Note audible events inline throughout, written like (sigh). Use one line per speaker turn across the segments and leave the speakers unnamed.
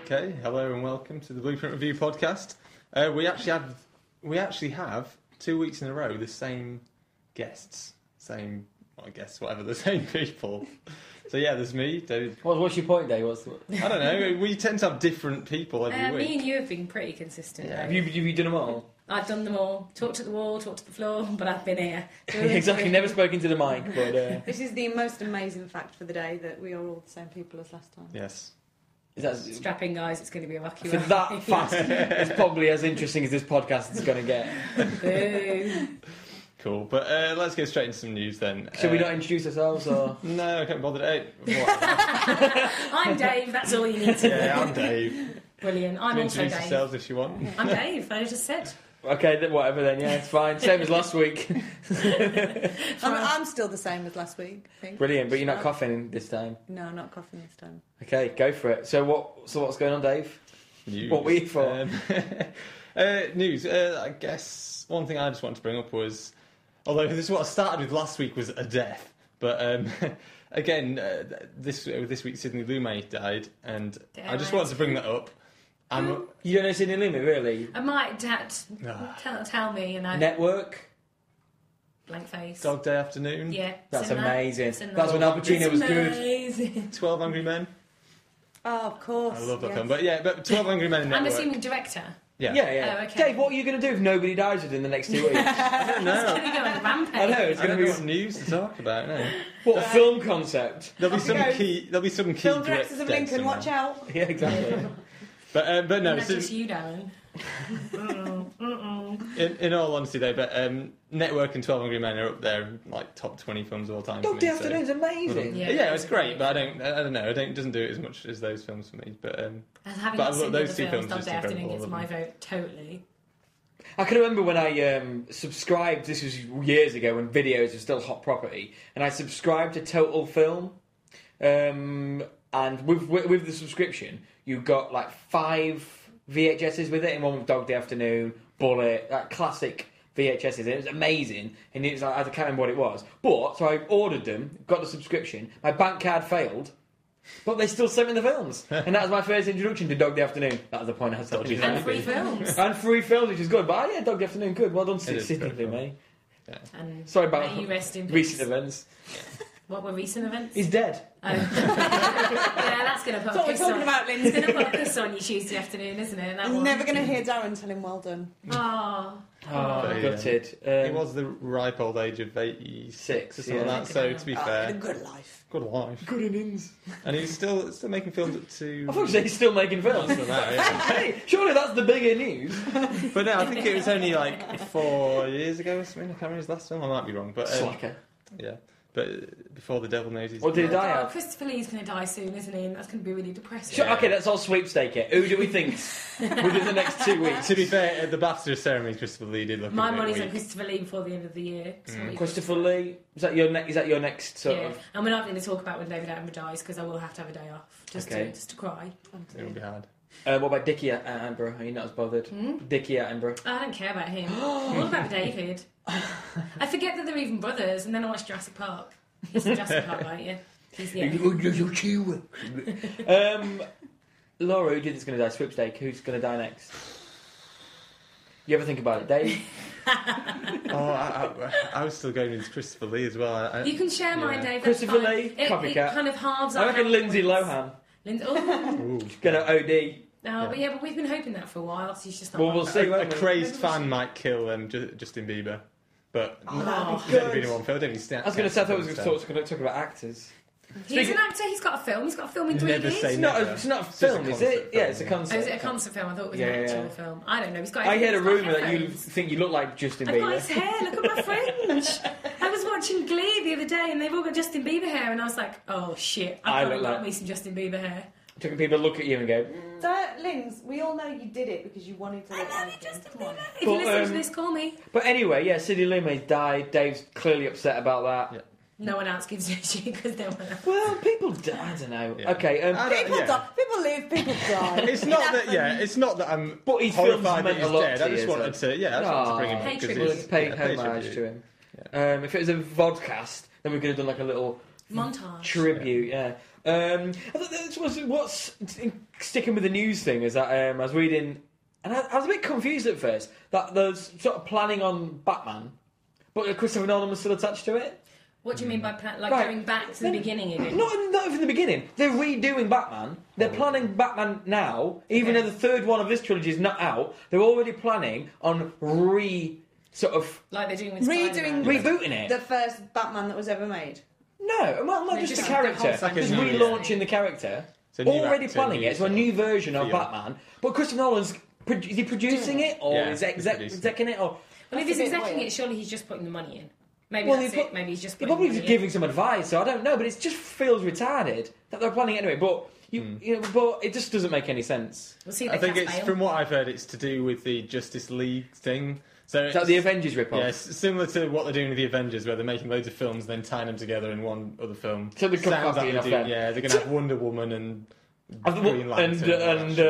Okay, hello and welcome to the Blueprint Review podcast. Uh, we actually have we actually have two weeks in a row the same guests, same well, I guess whatever the (laughs) same people. so yeah, there's me, David.
What, what's your point, Dave? What's, what,
I don't know. We tend to have different people every
Uh,
week.
me and you have been pretty consistent.
Yeah.
have,
though.
you, have you done them
(laughs)
all? (laughs)
I've done them all. Talked to the wall, talked to the floor, (laughs) but I've
(laughs)
been here.
exactly, never spoken to the mic, but uh,
This is the most amazing fact for the day that we are all the same people as last time.
Yes.
is that,
Strapping guys, it's going to be a rocky
for
one. (laughs)
that fact, it's probably as interesting as this podcast is going to get.
Boo.
Cool. But uh, let's get straight into some news then.
Should we
Uh,
not introduce ourselves or?
No, I can't bother. Uh,
(laughs)
what?
I'm Dave, that's all you need to know.
yeah, I'm Dave.
Brilliant. I'm
You
also
introduce
Dave.
yourselves if you want.
I'm Dave, I just said.
Okay, then whatever then. Yeah, it's fine. Same as last week. (laughs)
I'm, I'm still the same as last week, I think.
Brilliant, but you're not coughing this time.
No, I'm not coughing this time.
Okay, go for it. So what? So what's going on, Dave?
News.
What we for?
Um, (laughs) uh, news. Uh, I guess one thing I just wanted to bring up was, although this is what I started with last week was a death, but um, (laughs) again, uh, this uh, this week Sydney Lumet died, and I just
Damn it.
wanted to bring that up.
(gasps)
I'm,
You don't know Sydney Lumet, really?
I might dat,
Ah.
Uh, tell, tell me, and I
Network.
blank face.
Dog Day Afternoon,
Yeah.
That's
seen that.
amazing.
Seen that.
That's when Al Pacino
It's
was good. (laughs)
amazing.
Twelve Angry Men.
Oh, of course.
I love that
yes.
film,
(laughs)
but yeah, but Twelve Angry Men. and
I'm
Network.
assuming director.
Yeah.
Yeah, yeah.
Oh, okay.
Dave, what are you going to do if nobody dies within the next two
(laughs)
weeks?
I don't
It's
know.
going to go on a rampage.
I know it's
I
going
don't
to
know
be
what news to talk about. No.
what film concept?
There'll be
Off
some
you go.
key. There'll be some key.
Film directors of
dead
Lincoln,
somewhere.
watch out.
(laughs) Yeah, exactly.
But uh, but no,
That's
so-
just you, Darren. Mm-mm, mm-mm.
In, in all honesty, though, but um, Network and Twelve Angry Men are up there, like top twenty films of all time.
Dog
for
Day
me, so-
Afternoon's amazing.
Yeah,
Yeah.
it's great, but I don't, I don't know, I don't, it doesn't do it as much as those films for me. But um,
And having
But I
not seen
thought
the
those
other
two
films,
films
Dog
just
Day Afternoon
incredible,
gets my vote totally.
I can remember when I um, subscribed. This was years ago when videos were still hot property, and I subscribed to Total Film. Um, and with, with with the subscription, you got like five VHSs with it, and one with Dog Day Afternoon, Bullet, that classic VHSs. It was amazing, and it was like, I can't remember what it was. But so I ordered them, got the subscription. My bank card failed. But they still sent me the films, and that was my first introduction to Dog Day Afternoon. That was the point I told
(laughs)
you.
And
Exactly.
that. (laughs)
three films.
And free films, which is good. But oh, yeah, Dog Day Afternoon, good. Well done,
is
Sydney,
very
mate.
And
Sorry about
may you rest in
(laughs)
peace.
recent events.
What were recent events?
He's dead.
(laughs) Oh. yeah, that's going to put
That's what
a
we're
kiss
talking
on.
about,
It's going to
Lindsay.
put a kiss on your Tuesday afternoon, isn't it? (laughs) That
I'm
one.
never going to hear Darren tell him well done.
Oh,
Oh,
But, yeah.
gutted. Um,
it was the ripe old age of eighty-six or
Six,
something
yeah.
like that. So to be
Ah, the
fair,
good life.
good life,
good innings.
and he's still still making films up to.
I thought you said he's still making films.
Still now, (laughs) yeah.
hey, surely that's the bigger news.
But no, I think it was only like four years ago or something. I can't remember his last film. I might be wrong, but um,
Slacker.
yeah. But uh, before the Devil Knows He's
What did he
Dead.
die
oh
of?
Christopher Lee's going to die soon, isn't he? And that's going to be really depressing.
Sure, okay, let's all sweepstake it. Who do we think within the next two weeks?
To be fair, at the baptism ceremony, Christopher Lee did look.
My
a bit
money's
weak.
on Christopher Lee before the end of the year. It's what he-
Mm. Christopher Lee. Is that your ne- Is that your next sort
Yeah,
of?
and we're not going to talk about when David Attenborough dies because I will have to have a day off just
Okay.
to just to cry.
It would be hard.
Uh, what about Dickie at Amber? Are you not as bothered?
Hmm?
Dickie at Amber.
I don't care
(gasps)
about him. what about David? I forget that they're even brothers, and then I watch Jurassic Park. He's in
(laughs)
Jurassic Park, right? Yeah. He's, yeah.
Um, Laura, who did it's going to die? Sweepstake. Who's going to die next? You ever think about it, Dave?
Oh, I, I, I was still going with Christopher Lee as well. I,
(laughs) You can share mine,
Yeah.
Dave. that's
Christopher
fine.
Lee,
It, it
copycat.
kind of halves.
I
our
reckon Lindsay
points.
Lohan.
Lindsay.
(laughs)
Oh,
ooh.
Going to OD.
no, but yeah, but we've been hoping that for a while. She's just not.
Well, we'll
like
see.
that.
a, a
won't we?
crazed fan might kill um, Ju- Justin Bieber, but
Oh,
that'd
be
there's only
good.
been one film. Don't even stand.
I was going to say, I thought I was going to talk, gonna talk about actors.
He's an actor. He's got a film. He's got a film in three
Never
years.
say
It's not,
Never.
a, it's not a
It's just a
film, is
concert
it? yeah,
film,
it's a
yeah.
Oh, is
concert.
it a concert film? I thought it was
Yeah,
an actual
yeah.
film. I don't know. He's got.
I heard a
he's got
rumour that you
headphones.
think you look like Justin
I've got his
Bieber.
hair. Look at my fringe. I was watching Glee the other day, and they've all got Justin Bieber hair, and I was like, "Oh shit!
I
I've probably
look
got
like-
me some Justin Bieber hair."
Took people look at you and go,
That, Lings, we all know you did it because you wanted to
I
look
love
like
it,
him.
Justin
Come on.
Bieber.
But,
If you listen
um,
to this, call me.
But anyway, yeah, Sidney Lumet's died. Dave's clearly upset about that.
Yeah.
No one else gives a (laughs) shit because no one else.
Well, people die. I don't know.
Yeah.
Okay, um,
I don't-
People
yeah.
die. People
(laughs)
live, people die.
It's not
It
that. Yeah,
happens.
it's not that I'm
But his films
horrified that
meant a
he's
lot
dead.
to
I just
you,
wanted to. Yeah, I just wanted to bring him
Pay
up because
tribute.
Well, it's
he's
paid
yeah, pay
homage
tribute.
to him. Um, if it was a vodcast, then we could have done like a little
Montage.
tribute, yeah. Um, I thought that's what's, what's sticking with the news thing is that um, I was reading, and I, I was a bit confused at first that there's sort of planning on Batman, but Christopher Nolan was still attached to it.
What do you mean by pla- like
Right.
going back to the
No,
beginning again?
Not even, not even the beginning. They're redoing Batman. They're
Oh.
planning Batman now, even
Yeah.
though the third one of this trilogy is not out. They're already planning on re sort of
Like they're doing with
Redoing
Spider-Man.
Re-
rebooting it.
The first Batman that was ever made.
no, well, not
No,
just,
just
the
the whole
character.
thing.
just
Like a new-
relaunching the character.
a new
Already
actor,
planning
new
it. It's a
sort
new
of
version of
feel.
Batman. But Christopher Nolan's. pro- Is he producing it or
Yeah,
is
he's
exec,
producing it.
execing it or?
Well, if
That's
he's
a bit
exacting
weird.
it, surely he's just putting the money in. Maybe
Well,
that's
he put-
it. Maybe he's just
They're
putting
probably
the money
just
in.
giving some advice, so I don't know, but it just feels retarded that they're planning it anyway. But you,
Hmm.
you know, but it just doesn't make any sense.
We'll see if
I
they
think
cast
it's
Bale.
from what I've heard, it's to do with the Justice League thing. So
Is that
it's-
the Avengers ripoff?
Yeah, it's similar to what they're doing with the Avengers, where they're making loads of films, then tying them together in one other film.
So they come
Sounds
fucky
like
enough
do-
then.
Yeah, they're gonna have Wonder Woman and
Of the-
Green
and
Lantern.
and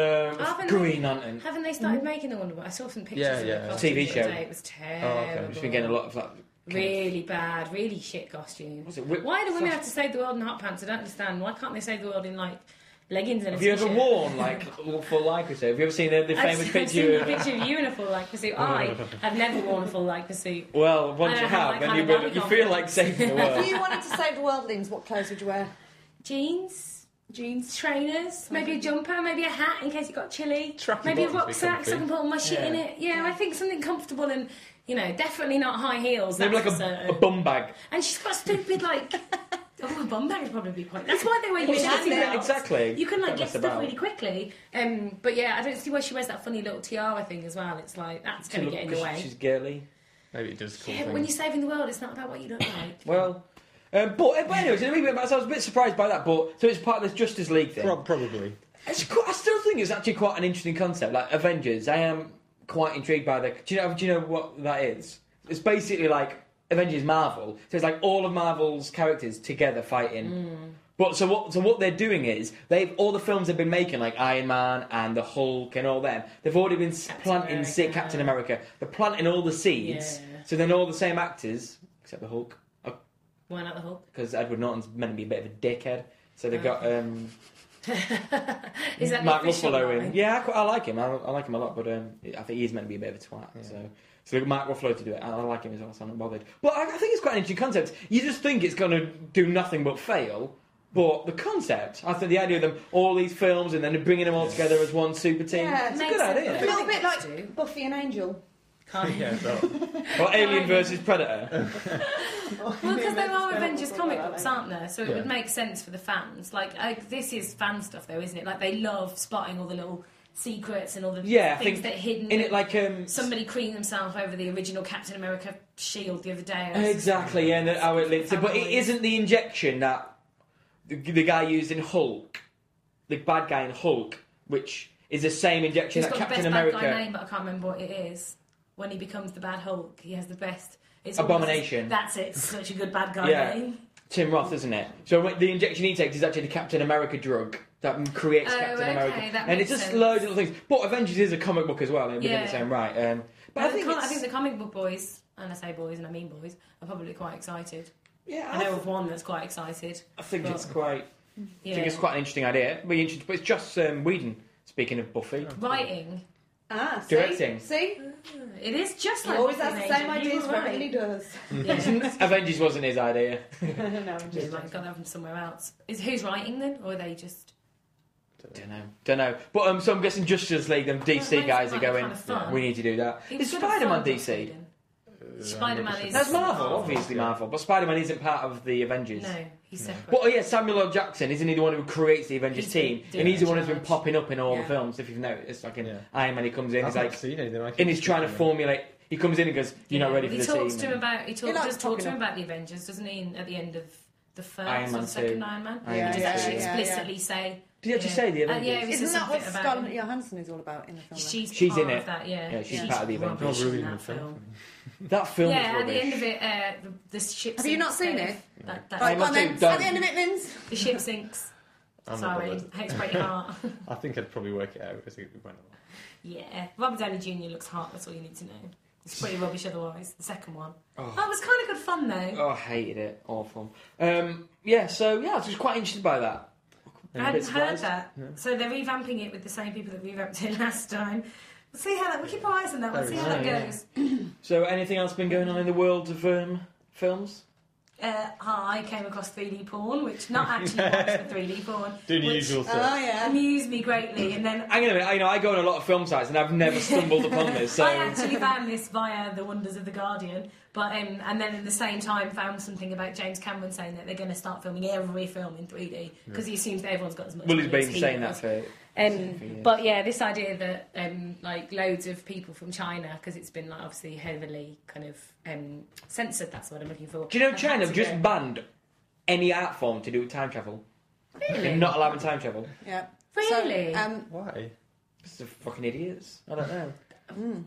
um,
Haven't
Green
they-
Lantern.
Haven't they
Hmm?
started making the Wonder Woman? I saw some pictures
Yeah,
of
yeah.
the costume
TV
the other
show.
day. It was
okay.
terrible.
I've
Just been getting a lot of like.
Really bad, really shit costume.
What's it, whip-
Why do women
flash-
have to save the world in hot pants? I don't understand. Why can't they save the world in like leggings and a
Have you ever
t-shirt?
worn like (laughs) for like or so? Have you ever seen the, the
I've
famous
seen- I've seen
picture? Oh.
the picture of you in a full like pursuit. I have never worn a full like pursuit.
Well, once
I
you
don't have,
have,
like,
then
kind
you,
of
would, you
body
feel like saving the
(laughs)
If
world.
you wanted to save the worldlings, what clothes would you wear?
Jeans,
Jeans.
trainers, maybe a jumper, maybe a hat in case it got chilly.
Tracky
maybe a
bottoms would be
rucksack so
comfy.
I can put all my shit in
Yeah.
it. Yeah, I think something comfortable and you know, definitely not high heels.
Maybe
that's
like
for
a,
certain.
a bum bag.
And she's got stupid like. (laughs) Oh, a bum bag would probably be quite. That's why they wear
Well,
utility
yeah,
belts.
exactly.
You can like
Don't
get
mess
stuff
about.
really quickly. Um, but yeah, I don't see why she wears that funny little tiara thing as well. It's like that's
to
going to
look
get in the
because
way.
She's girly.
maybe it does. Cool
Yeah, but when you're saving the world, it's not about what you look like.
(laughs) Well, um, but, but anyway, so a wee bit about- so I was a bit surprised by that. But so it's part of this Justice League thing.
probably.
It's qu I still think it's actually quite an interesting concept. Like Avengers, I am quite intrigued by the. Do you know? Do you know what that is? It's basically like Avengers Marvel. So it's like all of Marvel's characters together fighting.
Hmm.
But so what? So what they're doing is they've all the films they've been making, like Iron Man and the Hulk and all them. They've already been s
Captain
planting se-
America.
Captain America. They're planting all the seeds.
Yeah.
So then all the same actors, except the Hulk,
Why not the Hulk?
because Edward Norton's meant to be a bit of a dickhead. So
Oh.
they've got um,
(laughs) Is that the
Mark
official
Ruffalo in.
line?
Yeah, I, quite- I like him. I, I like him a lot, but um, I think he's meant to be a bit of a twat. So, so look, Mark Ruffalo to do it. I, I like him as well, so I'm not bothered. But I, I think it's quite an interesting concept. You just think it's going to do nothing but fail. But the concept, I think the idea of them, all these films, and then bringing them all together as one super team,
Yeah,
it's a
makes
good
sense.
A
idea.
little bit
I do.
like Buffy and Angel.
Kind
(laughs)
of.
Yeah, so
Or Alien versus
Mm.
Predator.
Well, because there are Avengers comic books, aren't there? So it
Yeah.
would make sense for the fans. Like, I, this is fan stuff, though, isn't it? Like, they love spotting all the little secrets and all the
Yeah, I
things
think
that are hidden.
In it, like um,
Somebody creamed themselves over the original Captain America shield the other day. I was-
Exactly, yeah, and then how it links it. But it
Fanboys.
isn't the injection that the, the guy used in Hulk, the bad guy in Hulk, which is the same injection
He's
that
got
Captain
the best bad guy
America.
name, but I can't remember what it is. When he becomes the Bad Hulk, he has the best. It's
Abomination.
Almost, that's it. Such a good bad guy
Yeah.
name.
Tim Roth, isn't it? So when- the injection he takes is actually the Captain America drug that m- creates
Oh,
Captain
okay,
America,
that
and it's
makes
just
sense.
loads of little things. But Avengers is a comic book as well, and within
Yeah.
its own right. Um, but
I,
I think,
can't- I
it's-
think the comic book boys, and I say boys and I mean boys, are probably quite excited.
yeah,
I
I,
know
th-
of one that's quite excited.
I think
but-
it's quite.
Yeah.
I think it's quite an interesting idea. It'll Be interesting, but it's just um, Whedon. Speaking of Buffy,
Writing.
Ah, see?
Directing.
See?
It is just like
Always has
Buffy
the
and
same
Angel,
ideas
you
for
were
everything
(laughs)
he
right. (laughs)
does. (laughs)
Yeah.
Avengers wasn't his idea.
no, I'm
Yeah,
just
like got that from somewhere else. Is who's writing then, or are they just?
Don't know, don't know. But um, so I'm guessing Justice League, them DC
Well, it
guys are
might be
going.
kind of fun.
We need to do that. Is
It was good at
Spider Man
Fun
DC?
Sweden. Spider-Man is-
That's Marvel,
Marvel,
obviously
yeah.
Marvel. But Spider Man isn't part of the Avengers.
No, he's separate.
But oh yeah, Samuel L. Jackson isn't he the one who creates the Avengers
He's
team?
been
And he's the
doing
one who's been
charge.
popping up in all the
Yeah.
films. If you've noticed, like in
Yeah.
Iron Man, he comes in,
I've
he's
not
like,
seen anything like it.
and he's trying to formulate. He comes in and goes, "You're not ready for
he
the
talks
team."
to him about he, talk,
likes
does talk
popping
to him
up.
about the Avengers, doesn't he? in- At the end of the first
Iron Man
or the second
two.
Iron Man,
Iron
Yeah,
he does
yeah,
actually
yeah,
explicitly say.
Did he actually say the
Uh,
Avengers?
yeah, he was
Isn't that what
something about
Scarlett Johansson is all about in the film? then?
She's,
She's
part
in it.
Of that, yeah.
Yeah, she's part of the Avengers.
rubbish
Oh, really?
in
In the
that
film?
film.
that film
yeah,
is
at the
rubbish.
end of it, uh, the, the ship.
Have you
sinks,
not seen
Dave.
it?
That, that,
Right,
must
go on
have
then.
done.
At the end of it, Vince.
the
(laughs)
ship sinks.
I'm not
Sorry, (laughs)
bothered.
I break your heart.
I think I'd probably work it out as it went along.
yeah, Robert Downey Jr. looks hot. That's all you need to know. It's pretty rubbish otherwise. The second one.
Oh.
Oh, it was kind of good fun though.
Oh, I hated it. Awful. Um, yeah, so yeah, I was just quite interested by that.
I hadn't
bit
heard
surprised.
that. So they're revamping it with the same people that revamped it (laughs) last time. We'll see how that. We keep our eyes on that. We'll see
Very
how that
nice.
goes.
So, anything else been going on in the world of um, films?
Uh, I came across 3D porn,
(laughs)
which not actually watched the 3D porn,
Doing the
Which- uh,
usual
Oh,
stuff.
yeah.
amused me greatly. And then
Hang on a minute. I, you know, I go on a lot of film sites and I've never
(laughs)
stumbled upon this. (laughs) So,
I actually found this via the wonders of the Guardian, but um, and then at the same time found something about James Cameron saying that they're going to start filming every film in 3D because he assumes that everyone's got as much.
well, he's
money as
been
he
saying that
does.
for.
Um,
For years.
but yeah, this idea that um, like loads of people from China, because it's been like obviously heavily kind of um, censored. That's what I'm looking for.
Do you know
have
China
had
have
to
just
go.
banned any art form to do with time travel? They're
really?
not allowing time travel.
Yeah.
Really?
So, um,
Why?
This is fucking idiots. I don't know.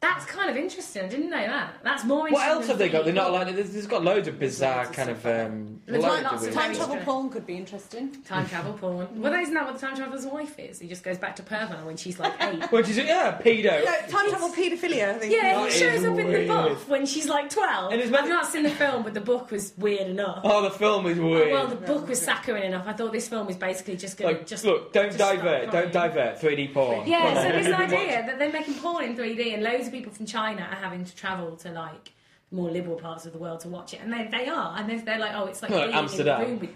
That's kind of interesting. I didn't know that. That's more.
What
interesting
else
than
have they got? They're not
3D.
allowed. There's, there's got loads of bizarre kind of. Um,
There's
loads
lots of
weird
time
stuff.
Very
travel
interesting.
porn could be interesting.
(laughs) time travel porn.
(laughs)
Well, isn't that what the time traveler's wife is? He just goes back to Pervan when she's
(laughs)
like eight.
Which is yeah, pedo.
No, time travel paedophilia. I think.
Yeah,
That
he
is
shows up in the
weird.
book when she's like 12.
And it's meant-
I've not seen the film, but the book was weird enough.
Oh, the film is weird.
well, the book was saccharine enough. I thought this film was basically just going to
like,
just.
look, don't
just
divert,
stop
don't divert. 3D porn.
Yeah,
Come
so
on. (laughs)
this idea that they're making porn in 3D and loads of people from China are having to travel to like more liberal parts of the world to watch it, and they, they are, and they're, they're like, oh, it's like
Like
being
Amsterdam.
in the room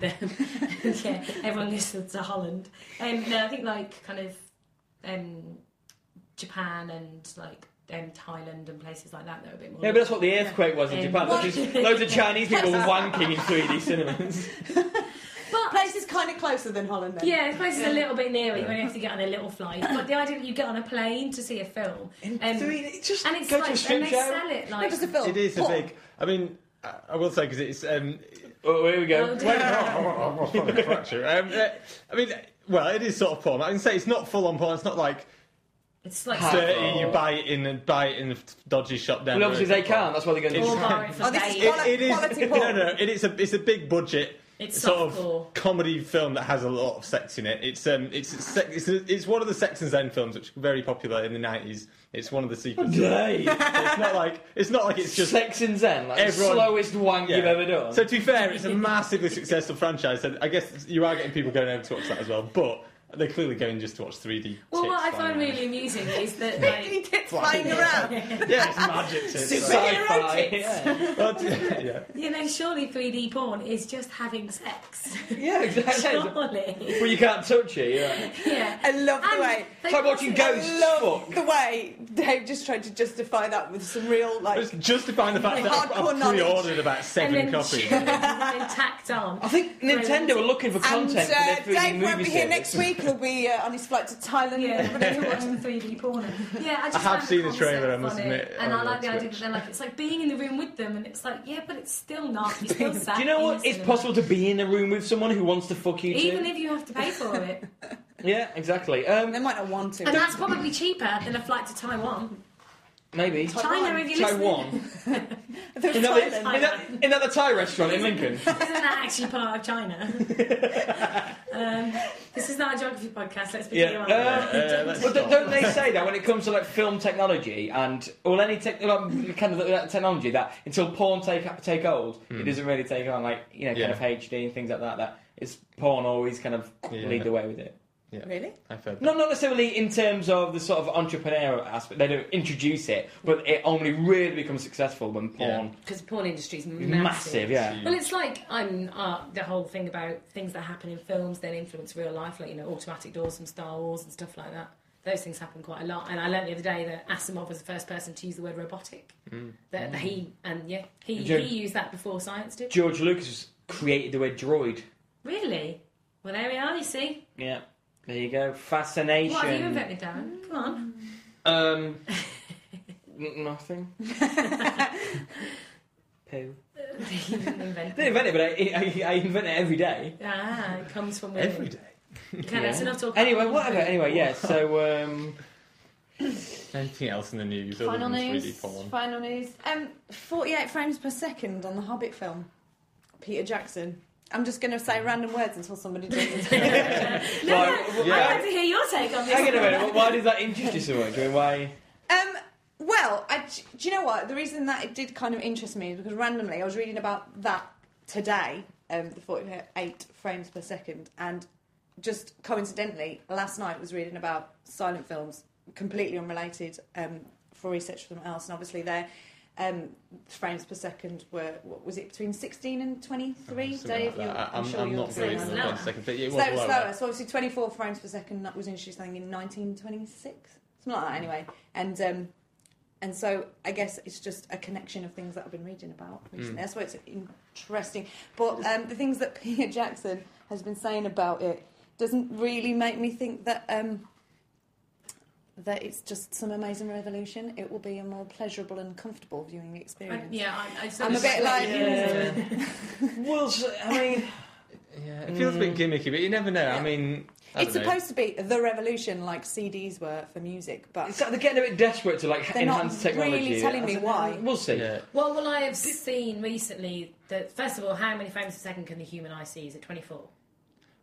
with them. (laughs) yeah, everyone goes to, to Holland, and no, I think like kind of um, Japan and like um, Thailand and places like that. They're a bit more.
Yeah, but that's what the earthquake was in
Um,
Japan.
what-
Which is loads of Chinese people wanking in 3D cinemas.
But-
Places kind of closer than Holland. Then.
Yeah, this place is
Yeah.
a little bit nearer. You only have to get on a little flight. But the idea that you get on a plane to see a film, um, and
3D, just
it's
go to a
like, and
strip
they
show.
sell it
Not
like
just a film.
It is a
porn. (laughs)
big. I mean, I- I will say because it's. Um,
Oh, here we go.
Oh,
wait, (laughs)
(laughs)
oh, oh, oh, fracture. Um, uh, I mean, well, it is sort of porn. I can say it's not full on porn. It's not like
it's like
dirty. You buy it in and buy it in a dodgy shop down.
Well,
the
obviously
road.
they can't. That's why they're going to.
all bar it for
Oh, this is
days.
quality-
It, it is. (laughs)
Quality
No,
porn.
no. It is a. It's a big budget.
It's
sort of
softcore.
comedy film that has a lot of sex in it. It's um, it's sex, it's, it's one of the Sex and Zen films which were very popular in the nineties. It's one of the sequences.
(laughs) Day.
it's not like it's not like it's
(laughs)
just
Sex and Zen, like
Everyone-
the slowest wank
Yeah.
you've ever done.
So to be fair, it's a massively successful franchise, and I guess you are getting people going over to watch that as well. But they're clearly going just to watch 3D.
Well, what I
tits
find
flying around.
really amusing is that
Three
like,
tits flying around.
yeah, it's magic tits.
Super-
Sci-fi. (laughs)
Superhero
(laughs)
Yeah.
But, yeah,
(laughs) you know, surely 3D porn is just
(laughs)
having sex.
yeah, exactly.
surely,
Well, you can't touch it. Yeah.
yeah.
I love the
And
way.
they
It's like watching
put it-
Ghosts.
I love
Fuck.
the way Dave just tried to justify that with some real like.
it's justifying the fact that I've,
Hardcore
I've
knowledge.
pre-ordered about
And
seven
then
copies.
and then tacked on.
(laughs) I think Nintendo are looking for
And
content
uh,
for their 3D
Dave won't
movie
be here
service.
next week. He'll be uh, on his flight to Thailand.
Yeah,
Everybody
whenever
will
you watch
watch (laughs)
the 3D porn. Yeah, I, just
I have
find
seen the
concept
trailer, I must
funny.
admit, Oh,
And I
on
like the idea
Twitch.
that they're like, it's like being in the room with them, and it's like, yeah, but it's still not. You still
(laughs)
sat
Do you know
in
what?
the
It's
cinema.
possible to be in a room with someone who wants to fuck you
Even
too.
if you have to pay
(laughs)
for it.
Yeah, exactly.
They
Um,
might not want to.
And that's probably cheaper than a flight to Taiwan.
maybe.
China, if you're listening.
Taiwan.
They're
In that, in,
Thailand.
that, in that the Thai restaurant in Lincoln.
Isn't that actually part of
(laughs)
China? um, this is not a geography podcast, let's be
Yeah.
clear on
Uh,
that.
Uh, let's
But
not-
don't- don't they say that when it comes to like film technology and well any tech, like, kind of that technology that until porn take take hold it doesn't really take on like you know kind
Hmm. Yeah.
of HD and things like that that it's porn always kind of
Yeah.
lead the way with it. (laughs)
Really?
I've heard that.
Not not necessarily in terms of the sort of entrepreneurial aspect. They don't introduce it, but it only really becomes successful when porn
Because the porn industry's
is
massive.
massive. Yeah.
Well, it's like um, uh, the whole thing about things that happen in films then influence real life, like, you know, automatic doors from Star Wars and stuff like that. Those things happen quite a lot. And I learned the other day that Asimov was the first person to use the word robotic.
Mm.
That he, and yeah, he,
Did you-
he used that before science did.
George Lucas created the word droid.
Really? Well, there we are, you see.
Yeah. There you go. Fascination.
What have you invented, Darren? Come
(laughs)
on. (laughs)
Um, n- nothing. Poo.
You didn't invent
Didn't
it.
invent it, but I, I, I invent it every day.
Ah, it comes from women.
Every day.
Okay, that's enough talk.
Anyway, whatever.
(laughs)
Anyway, (laughs) yeah. So, um,
Anything else in the news other
Final
than
news.
3D porn?
Final news. Um, 48 frames per second on the Hobbit film. Peter Jackson. I'm just going to say random words until somebody does it. (laughs)
No, no,
Yeah.
I'd like to hear your take on this.
hang on a minute. Why does that interest you so much? I mean, why?
um, well, I, do you know what? The reason that it did kind of interest me is because randomly I was reading about that today, um, the 48 frames per second, and just coincidentally, last night was reading about silent films, completely unrelated, um, for research for them else, and obviously their um, frames per second were what was it between sixteen and twenty three?
Something
Dave,
like
you-
that. I-
I'm,
I'm,
sure
I'm
you'll
not
say
very
saying
good
that.
at the second thing. It
so
was
it was
lower.
slower. So obviously, 24 frames per second that was introduced, I think, in 1926, something like that. Anyway, and um, and so I guess it's just a connection of things that I've been reading about
Mm.
recently. That's why it's interesting. But um, the things that (laughs) Peter Jackson has been saying about it doesn't really make me think that. Um, that it's just some amazing revolution. It will be a more pleasurable and comfortable viewing
I,
experience.
yeah, I, I
I'm a bit like-
Yeah.
(laughs)
Well, s- I mean,
Yeah, it feels a bit gimmicky, but you never know. I
Yeah.
mean, I
It's
don't know.
supposed to be the revolution, like CDs were for music, but
it's, they're getting a bit desperate to like
They're not
enhance technology.
really telling me
I said,
why.
We'll see.
Yeah.
What will I have seen recently? That first of all, how many frames per second can the human eye see? Is it 24?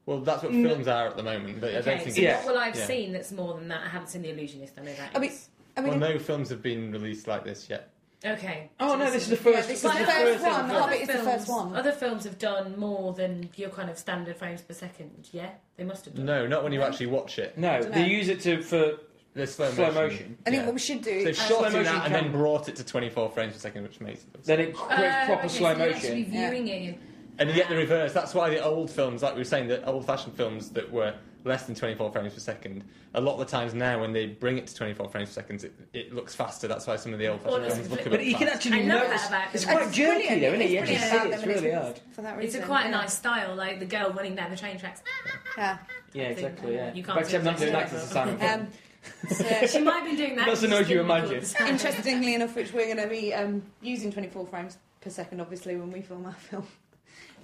Well, that's what
Mm.
films are at the moment, but I don't
Okay,
think.
so
it's-
Yeah.
what will I have
yeah.
seen that's more than that? I haven't seen The Illusionist. I know that.
I mean,
is.
I mean,
Well, no films have been released like this yet.
okay.
Oh
So
no, this is the
Yeah,
first.
this is
this
the
is
first
the
one.
first
Hobbit is the first one.
Other films have done more than your kind of standard frames per second. Yeah, they must have done.
No, not when you actually watch it.
No,
Dunno.
they use it to for
There's slow motion.
Slow motion.
I think
Yeah.
what we should do.
They've
uh,
shot
slow
it that
motion
and then
camera.
brought it to 24 frames per second, which makes it.
then it creates
Oh,
proper
okay, so
slow
you're Actually
motion.
viewing it.
And yet the reverse. That's why the old films, like we were saying, the old-fashioned films that were less than 24 frames per second, a lot of the times now when they bring it to 24 frames per second, it, it looks faster. That's why some of the old-fashioned
Well, it's-
films look a bit.
But you can
fast.
actually
I love that
notice.
about
it's
them.
quite
it's
jerky,
brilliant.
though, isn't it?
It's
You actually
brilliant
see
about
it. It's
them and
really
it's-
hard.
For that
It's
reason.
a quite a
yeah.
nice style, like the girl running down the train tracks.
Yeah.
Yeah,
Thing.
exactly. Yeah.
You can't
But except
do
not doing
that.
that 'cause it's a silent film.
Um, so,
She might have been doing that.
That's the
she just
noise you
didn't
imagine.
record the (laughs) sound.
interestingly enough, which we're going to be um, using 24 frames per second, obviously, when we film our film,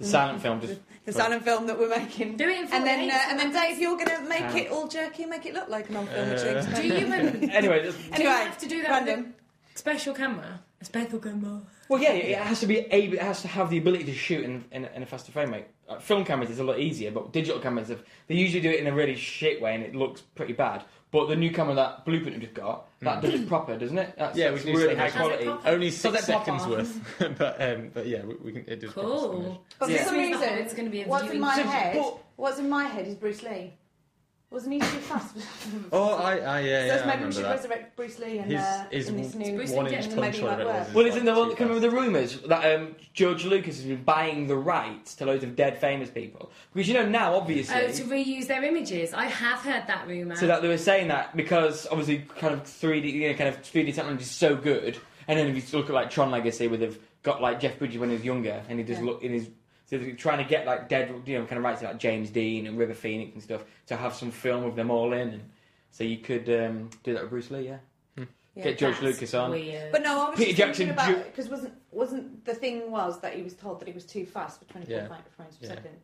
The silent film just
the silent film that we're making.
Do it in
And then, uh,
48.
and then, Dave, you're going to make
Ah.
it all jerky, and make it look like a non-film. which
Uh,
links back.
Do
(laughs)
you even
anyway. that's-
do you
Anyway,
have to do that with
Random.
a special camera? A special camera.
Well, yeah, it has to be able. It has to have the ability to shoot in, in, in a faster frame rate. Uh, film cameras is a lot easier, but digital cameras have, they usually do it in a really shit way, and it looks pretty bad. But the new camera that Blueprint have just got that does it proper, doesn't it? That's,
Yeah, we
that's
can do
really
slow
high
motion.
quality.
Does it
Only
So
six
they pop
seconds
off.
worth, (laughs) but um, but yeah, we, we can. It does proper slow motion.
Cool.
But
Yeah.
for some
This means
reason,
that it's gonna be a
what's in
viewing
my
session.
head?
But-
What's in my head is Bruce Lee. Wasn't he too fast?
Oh, I, I yeah, yeah.
so
I
maybe we
remember
should
that.
resurrect Bruce Lee and
His-
uh,
his
in this
w-
new
Bruce Lee
One
did
inch
it,
control
maybe it
of
might
it
work.
was.
Well, isn't
like
there one
too
coming with
fast.
the rumours that um, George Lucas has been buying the rights to loads of dead famous people? Because you know now, obviously,
Oh, to reuse their images. I have heard that rumor.
So that they were saying that because obviously kind of three D, you know, kind of three D technology is so good. And then if you look at like Tron Legacy, where they've got like Jeff Bridges when he was younger, and he just
Yeah.
look in his so they're trying to get like dead, you know, kind of rights to like James Dean and River Phoenix and stuff to have some film with them all in. And so you could um, do that with Bruce Lee, yeah.
Hmm.
Yeah.
Get George
That's
Lucas on.
Weird.
But no, I was
Peter
just thinking
Jackson
about
ju-
because wasn't wasn't the thing was that he was told that he was too fast for 24
Yeah.
frames per
Yeah.
second.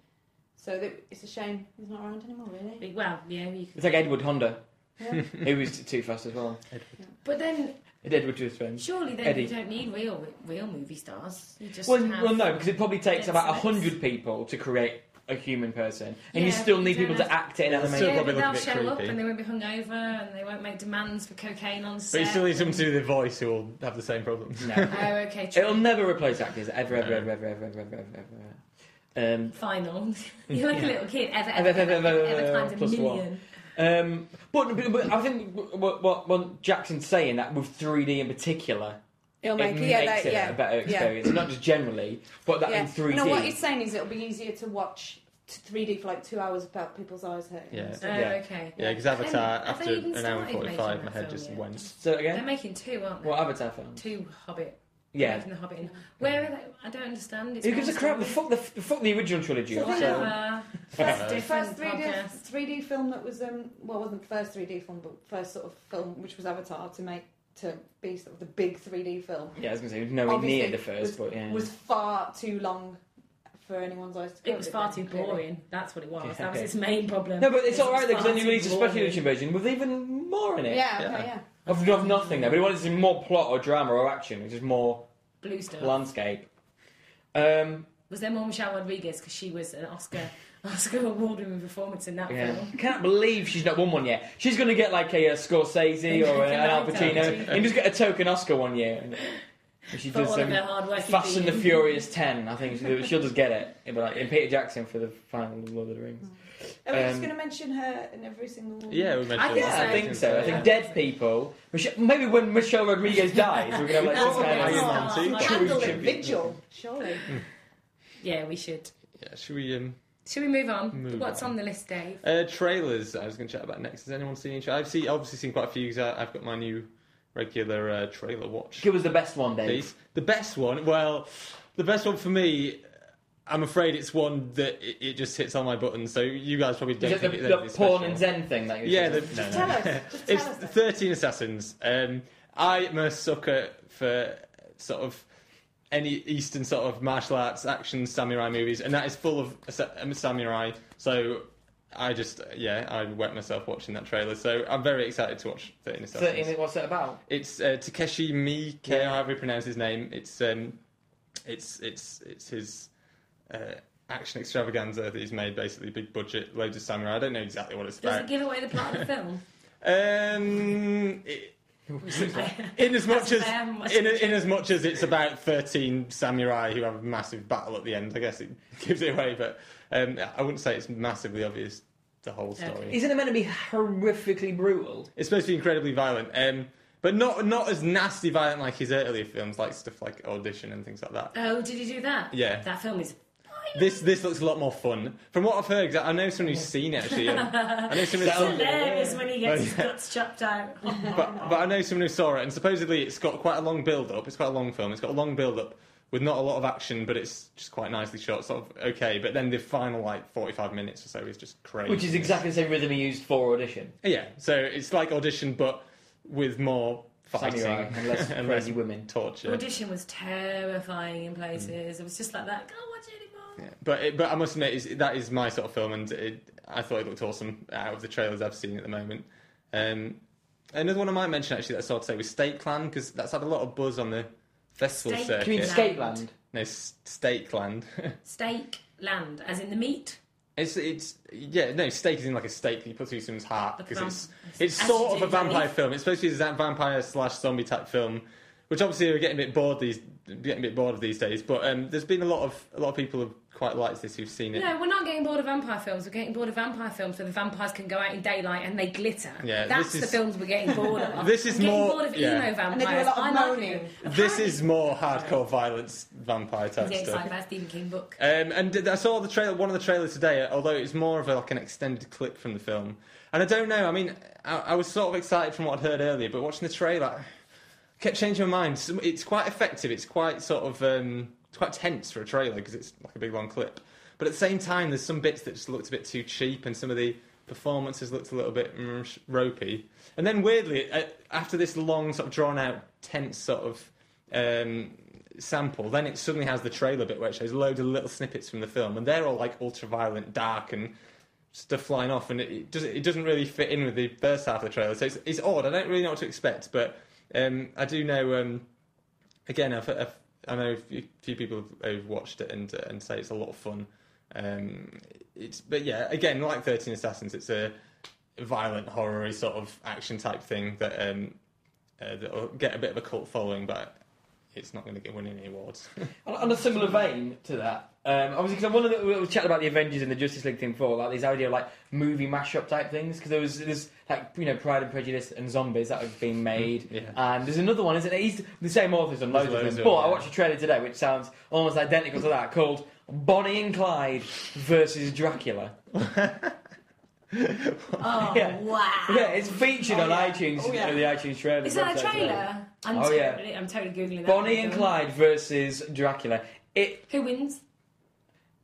So that, it's a shame he's not around anymore,
(laughs)
really.
well, yeah, you could.
It's like Edward Honda.
Yeah.
he was too fast as well.
But then,
Edward was friends.
surely then
Eddie.
you don't need real real movie stars. You just
Well,
have,
well, no, because it probably takes
Yeah,
about a
so it's-
hundred people to create a human person, and you
Yeah,
still
but
need
you
people
don't
to
have-
act it in
Yeah, it's
animation.
still
yeah,
probably
but they'll
look a
show
bit
up
creepy.
and they won't be hungover and they won't make demands for cocaine on set.
But you still need someone to do the voice who will have the same problem.
No.
Oh, okay.
(laughs)
True.
It'll never replace actors ever, ever,
No.
ever, ever, ever, ever, ever, ever. Um,
Final. (laughs) You're like
Yeah.
a little kid. Ever,
Ever,
ever, ever,
ever,
ever,
ever,
ever times a
plus one.
million.
um, but, but, but I think what, what, what Jackson's saying that with 3D in particular,
It'll
it
make
makes
it, Oh yeah,
it
that, yeah,
a better experience. Not just generally, but that
yeah.
in 3D.
No, what he's saying is it'll be easier to watch t- 3D for like two hours without people's eyes hurting.
Yeah.
Oh,
Yeah.
okay.
Yeah, because
Then,
Avatar,
have they
after
even
an hour and
started making
45, my
that
head
film
just
yet?
went.
so
They're
again,
making two, aren't they?
what Avatar films?
Two Hobbit.
Yeah.
Making the Hobbit. In. Where are they? I don't understand. It's
Who gives a
one
crap? The
story.
fuck the, the fuck the original trilogy.
So
also.
Whatever.
First,
Uh,
first
Different
3D,
podcast.
3D film that was um well it wasn't the first 3D film but first sort of film which was Avatar to make to be sort of the big 3D film
Yeah, I was gonna say nowhere
Obviously,
near the first, but yeah.
was far too long for anyone's eyes to. go
It was
with
far
then,
too
clearly.
boring. That's what it was.
Yeah.
That was its main problem.
no, but it's all right though
far
because then you
too
release a special
boring.
edition version with even more in it.
Yeah, okay,
Yeah.
yeah.
Of, of nothing there, but it wanted to be more plot or drama or action. It's just more
Blue stuff.
landscape. Um,
Was there more Michelle Rodriguez because she was an Oscar (laughs) Oscar award-winning performance in that
yeah,
film?
I can't believe she's not won one yet. She's
(laughs)
going to get like a, uh Scorsese or an Al
Like that.
Pacino, and just get a token Oscar one year. If she
for
does
all of
um,
their hard work.
Fast and the
being-
Furious Ten, I think she'll, she'll just get it. It'll be like in Peter Jackson for the final Lord of the Rings.
Are we just
Um,
going to mention her in every single one?
Yeah, we mentioned
I think
that.
Yeah, I think so. I think
Yeah.
dead people. Michelle, maybe when Michelle Rodriguez dies, we're gonna
(laughs)
have like
Oh,
some kind
Iron
of.
Man
oh,
too.
my God.
Candle
Should
and
we-
vigil,
(laughs)
surely.
Yeah, we should.
Yeah, should we um,
Should we move on?
Move
What's
on.
on the list, Dave?
Uh, trailers. I was going to chat about next. Has anyone seen each? I've seen, obviously seen quite a few. 'cause I, I've got my new regular uh, trailer watch.
Give us the best one, Dave.
piece. The best one. Well, the best one for me. I'm afraid it's one that it, it just hits on my button. So you guys probably
Is
don't
it the,
think it's
the
anything
porn
special.
and Zen thing that you
Yeah, the,
Just tell us.
(laughs)
Just tell
it's
us. then.
13 Assassins. Um, I'm a sucker for sort of any Eastern sort of martial arts action samurai movies, and that is full of sa- um, samurai. So I just, yeah, I wet myself watching that trailer. So I'm very excited to watch 13 Assassins.
Thirteen. What's it about?
It's uh, Takeshi Miike,
Yeah.
however you pronounce his name. It's um, it's it's it's his uh, action extravaganza that he's made, basically big budget, loads of samurai. I don't know exactly what it's
Does
about.
it give away the plot
(laughs)
of the film?
Um, i- in as much as
That's fair, much
in, in as much as it's about thirteen samurai who have a massive battle at the end, I guess it (laughs) gives it away. But um, I wouldn't say it's massively obvious the whole
Okay.
story.
Isn't it meant to be horrifically brutal?
It's supposed to be incredibly violent, um, but not not as nasty violent like his earlier films, like stuff like Audition and things like that.
(laughs) Oh, did he do that?
Yeah.
That film is. (laughs)
This this looks a lot more fun. From what I've heard, 'cause I know someone who's seen it
(laughs)
actually. um, I know someone who's
Sounds-
seen it,
Hilarious when he gets
Oh,
(laughs)
his
yeah.
guts chopped out.
but, but I know someone who saw it, and supposedly it's got quite a long build up. It's quite a long film. It's got a long build up with not a lot of action, but it's just quite nicely shot, sort of okay. But then the final like forty five minutes or so is just crazy.
Which is exactly the same rhythm he used for audition.
yeah. So it's like Audition, but with more fighting
Samurai and
(laughs)
less crazy women.
torture.
Audition was terrifying in
Mm.
places. It was just like that. Can't watch it anymore.
Yeah, but it, but I must admit, is, that is my sort of film, and it, I thought it looked awesome out of the trailers I've seen at the moment. Um, another one I might mention actually that I saw today was State Clan because that's had a lot of buzz on the festival
State
circuit.
Can you mean
Yeah.
Skate Land?
No, S- State Clan.
Steak, land, as in the meat.
(laughs) it's it's yeah no steak is in like a steak that you put through someone's heart
The
because
vamp-
it's
it's
it's sort of a
estrogen
vampire
relief.
film. It's supposed to be a zam- vampire slash zombie type film, which obviously we're getting a bit bored these getting a bit bored of these days. But um, there's been a lot of a lot of people have quite liked this who've seen it.
No, we're not getting bored of vampire films. We're getting bored of vampire films where the vampires can go out in daylight and they glitter.
Yeah,
that's
this
the
is-
films we're getting bored of.
(laughs) This is
I'm getting
more-
bored of
yeah.
emo vampires.
And they do a lot of
I like
moaning.
them.
This is more hardcore violence vampire type
Yeah, it's like
stuff.
that Stephen
(laughs)
King book.
Um, and did- I saw the trailer, one of the trailers today, although it's more of a, like an extended clip from the film. And I don't know. I mean, I, I was sort of excited from what I'd heard earlier, but watching the trailer, I kept changing my mind. Some- It's quite effective. It's quite sort of um, it's quite tense for a trailer because it's like a big long clip. But at the same time, there's some bits that just looked a bit too cheap, and some of the performances looked a little bit mm, sh- ropey. And then weirdly, uh, after this long sort of drawn out, tense sort of um, sample, then it suddenly has the trailer bit where it shows loads of little snippets from the film, and they're all like ultra violent, dark, and stuff flying off, and it, it doesn't it doesn't really fit in with the first half of the trailer. So it's, it's odd. I don't really know what to expect, but um, I do know. Um, again, I've, I've, I know a few, few people have, have watched it and uh, and say it's a lot of fun. Um, it's but yeah, again, like Thirteen Assassins, it's a violent horror sort of action type thing that um, uh, that will get a bit of a cult following, but it's not going to get win any (laughs) awards.
On, on a similar vein to that, um, obviously, because I wanted to we were chatting about the Avengers and the Justice League thing before, like these idea of like movie mashup type things, because there was there's like you know Pride and Prejudice and Zombies that have been
(laughs)
made,
Mm, Yeah.
and there's another one, isn't it? He's the same authors and loads,
There's
of
loads
them.
of
but
them,
I
yeah.
watched a trailer today which sounds almost identical to that, called Bonnie and Clyde versus Dracula.
Uh,
Oh
Yeah.
(laughs)
wow!
Yeah, it's featured
Oh,
on
yeah.
iTunes,
Oh, yeah.
uh, the iTunes trailer.
Is that a
website today.
trailer? I'm
Oh, yeah.
totally, I'm totally googling that.
Bonnie and Clyde versus Dracula. It.
Who wins?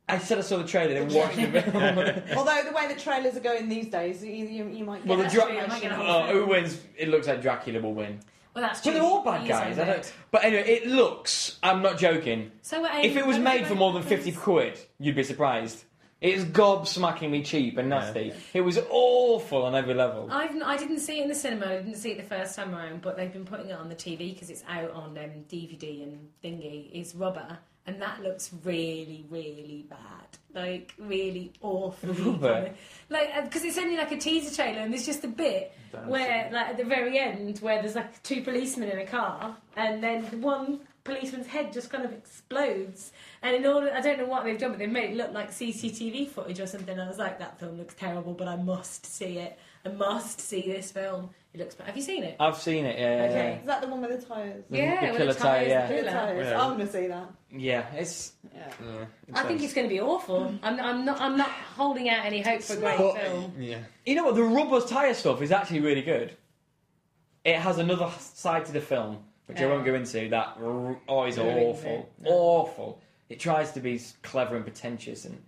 I said I saw the trailer and watched it. (laughs)
(laughs)
Although the way the trailers are going these days, you, you, you might get
Well, the
that
dra-
straight
I might get a
action.
Oh, who wins? It looks like Dracula will win.
Well, that's true.
But they're all bad
He's on
guys. I
there.
don't. But anyway, it looks. I'm not joking.
So we're aiming-
If it was
what are we
made for
doing?
more than fifty quid, you'd be surprised. It's gobsmackingly cheap and nasty. It was awful on every level.
I've, I didn't see it in the cinema. I didn't see it the first time around, but they've been putting it on the TV because it's out on um, DVD and thingy. Is rubber, and that looks really, really bad, like really awful.
Rubber.
Like because it's only like a teaser trailer, and there's just a bit Oh, where, like at the very end, where there's like two policemen in a car, and then the one policeman's head just kind of explodes. And in order, I don't know what they've done, but they've made it look like CCTV footage or something. I was like, that film looks terrible, but I must see it. I must see this film. It looks. Have you seen it?
I've seen it. Yeah,
Okay.
Is that the one with the tyres?
The-
yeah,
the
with
killer
the
tire,
tires,
yeah.
the
The
killer.
tyres.
Yeah.
I want to see that.
yeah, yeah. It's.
Yeah.
Yeah,
I think it's
it's
going to be awful.
Hmm.
I'm, I'm not. I'm not holding out any hope for a (laughs) great
But-
film.
yeah.
You know what? The rubber tire stuff is actually really good. It has another side to the film, which I
Yeah.
won't go into. That r- oh, is
Ruins
awful,
it. No.
awful. It tries to be s- clever and pretentious, and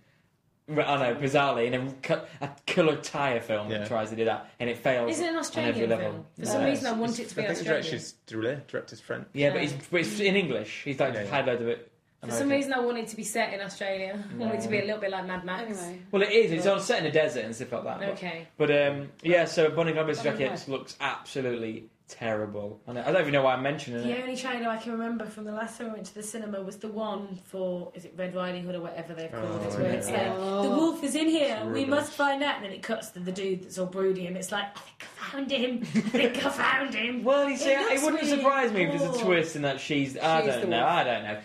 I know bizarrely in a, cu- a killer tire film it
Yeah.
tries to do that, and it fails.
Is it
on
an
every
Australian
level.
film? For
No,
some
it's-
reason, I want it
I
to be
think the
Australian.
director's Droulet, director's French.
Yeah, but, he's, but it's in English. He's like
Yeah, yeah.
highlighted a bit.
For some reason, I want it to be set in Australia. I want it to be a little bit like Mad Max.
Anyway.
Well, it is. It's on set in a desert and stuff like that. but-
Okay.
But um, yeah, so Bonnie Goblin's
Bonnie
jacket looks absolutely terrible. I, know- I don't even know why I'm mentioning
The
it.
only trailer I can remember from the last time I went to the cinema was the one for is it Red Riding Hood or whatever they've called
Oh,
it, where it's
yeah.
like
Oh.
the wolf is in here.
It's
We
rubbish.
must find out. And then it cuts to the dude that's all broody, and it's like I think I found him.
(laughs)
I think I found him.
Well, you see,
It
it,
looks
wouldn't
really
surprise me if there's a
poor.
twist in that she's. I
She's
don't
the
know.
wolf.
I don't know.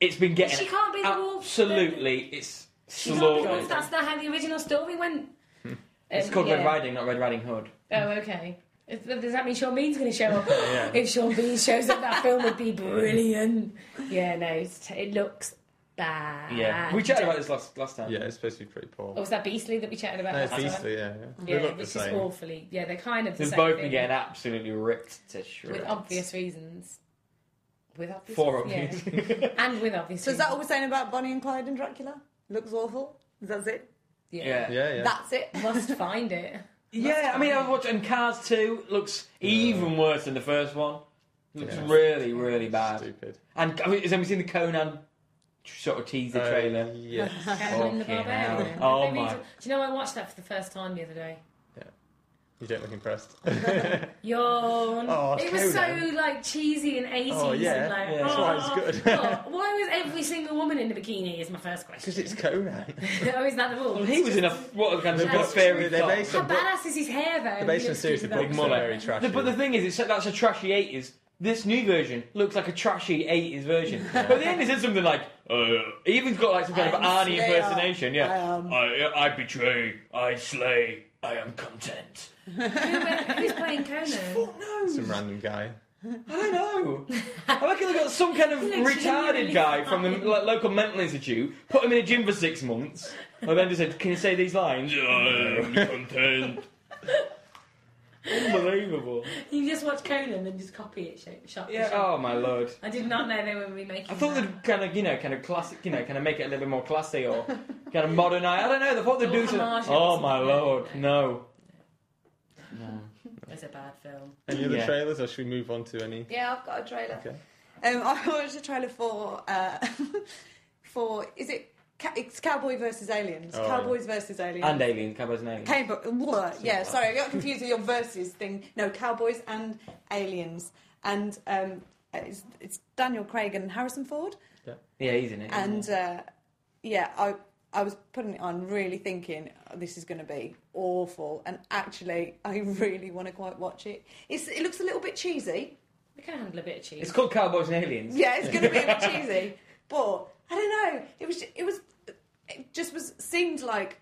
It's been getting
She can't be the wolf.
absolutely. It's
She's not the wolf.
slaughtered.
That's not how the original story went.
Hmm. It's
Um,
called
yeah.
Red Riding, not Red Riding Hood.
Oh, okay. Is- Does that mean Sean Bean's going to show up?
(laughs)
(laughs)
Yeah.
If Sean Bean shows up, that film would be brilliant. Yeah, no, it's, it looks bad.
Yeah, we chatted about this last last time.
Yeah, it's supposed to be pretty poor.
Or was that Beastly that we chatted about?
no, it's
last time?
beastly, yeah. yeah.
Oh, Yeah,
they look the
which
same.
is awfully. Yeah, they're kind of the
They've
same
both
thing,
been getting absolutely ripped to shreds.
with obvious reasons. With obvious
Four
yeah.
obvious.
(laughs) and with obvious.
So is that
reasons.
all we're saying about Bonnie and Clyde and Dracula? Looks awful. That's it.
(laughs) Yeah.
Yeah, yeah.
That's it.
(laughs) Must
(laughs)
find it.
Yeah, I mean, I was watching Cars 2. Looks even worse than the first one. Looks
Yeah.
really, really bad.
Stupid.
And I mean, has anyone seen the Conan sort of teaser
Uh,
trailer?
yeah.
(laughs) Conan the
Fucking hell.
Barbarian.
Oh
Maybe-
my-
Do you know I watched that for the first time the other day?
You don't look impressed.
(laughs) Yawn.
Oh,
it was so
Conan.
like cheesy and 80s.
Oh, yeah.
and, like,
Yeah. That's
why it's
oh,
good.
God, why was every single woman in a bikini? Is my first question.
Because
(laughs)
it's Conan.
oh, is that the rule?
Well, he was in a what kind of
They're
a fairy
based- they're
tale.
based
How
on book-
badass is his hair though?
They're based
He
on a
looks
series
cute
of
with
books
that.
that
mullet.
are very trashy.
The- but the thing is, it's that's a trashy 80s. This new version looks like a trashy 80s version. But then he said something like, uh, he even's got like some kind of
I am
Arnie
Slayer.
impersonation. Yeah.
I um, am-
I, I betray, I slay, I am content.
Who's playing Conan?
What knows?
Some random guy.
I don't know. I reckon they got some kind of
Literally
retarded guy from the like, local mental institute, put him in a gym for six months, and then just said, "Can you say these lines?"
(laughs)
I'm content. Unbelievable.
You just watch Conan and just copy it, shape, shot. for
Yeah.
shot.
Oh my lord.
I did not know they were remaking.
I thought
that.
they'd kind of, you know, kind of classic, you know, kind of make it a little bit more classy or kind of modern. I don't know. They thought they'd
Or
do something.
homage or
Oh my
something.
lord, no.
it's a bad film.
Any other
Yeah.
trailers, or should we move on to any?
Yeah, I've got a trailer.
Okay.
Um, (laughs) I watched a trailer for uh, (laughs) for is it ca- it's Cowboy versus Aliens?
Oh,
Cowboys versus Aliens.
And Alien, Cowboys and Aliens.
Cowboy, blah, yeah, sorry, I got confused with your versus thing. No, Cowboys and Aliens, and um, it's, it's Daniel Craig and Harrison Ford,
Yeah, he's in it. isn't
and
he?
uh, yeah, I I was putting it on, really thinking oh, this is going to be awful, and actually, I (laughs) really want to quite watch it. It's, it looks a little bit cheesy.
We can handle a bit of cheese.
it's called Cowboys and Aliens.
Yeah, it's going to be a bit cheesy, but I don't know. It was it was it just was seemed like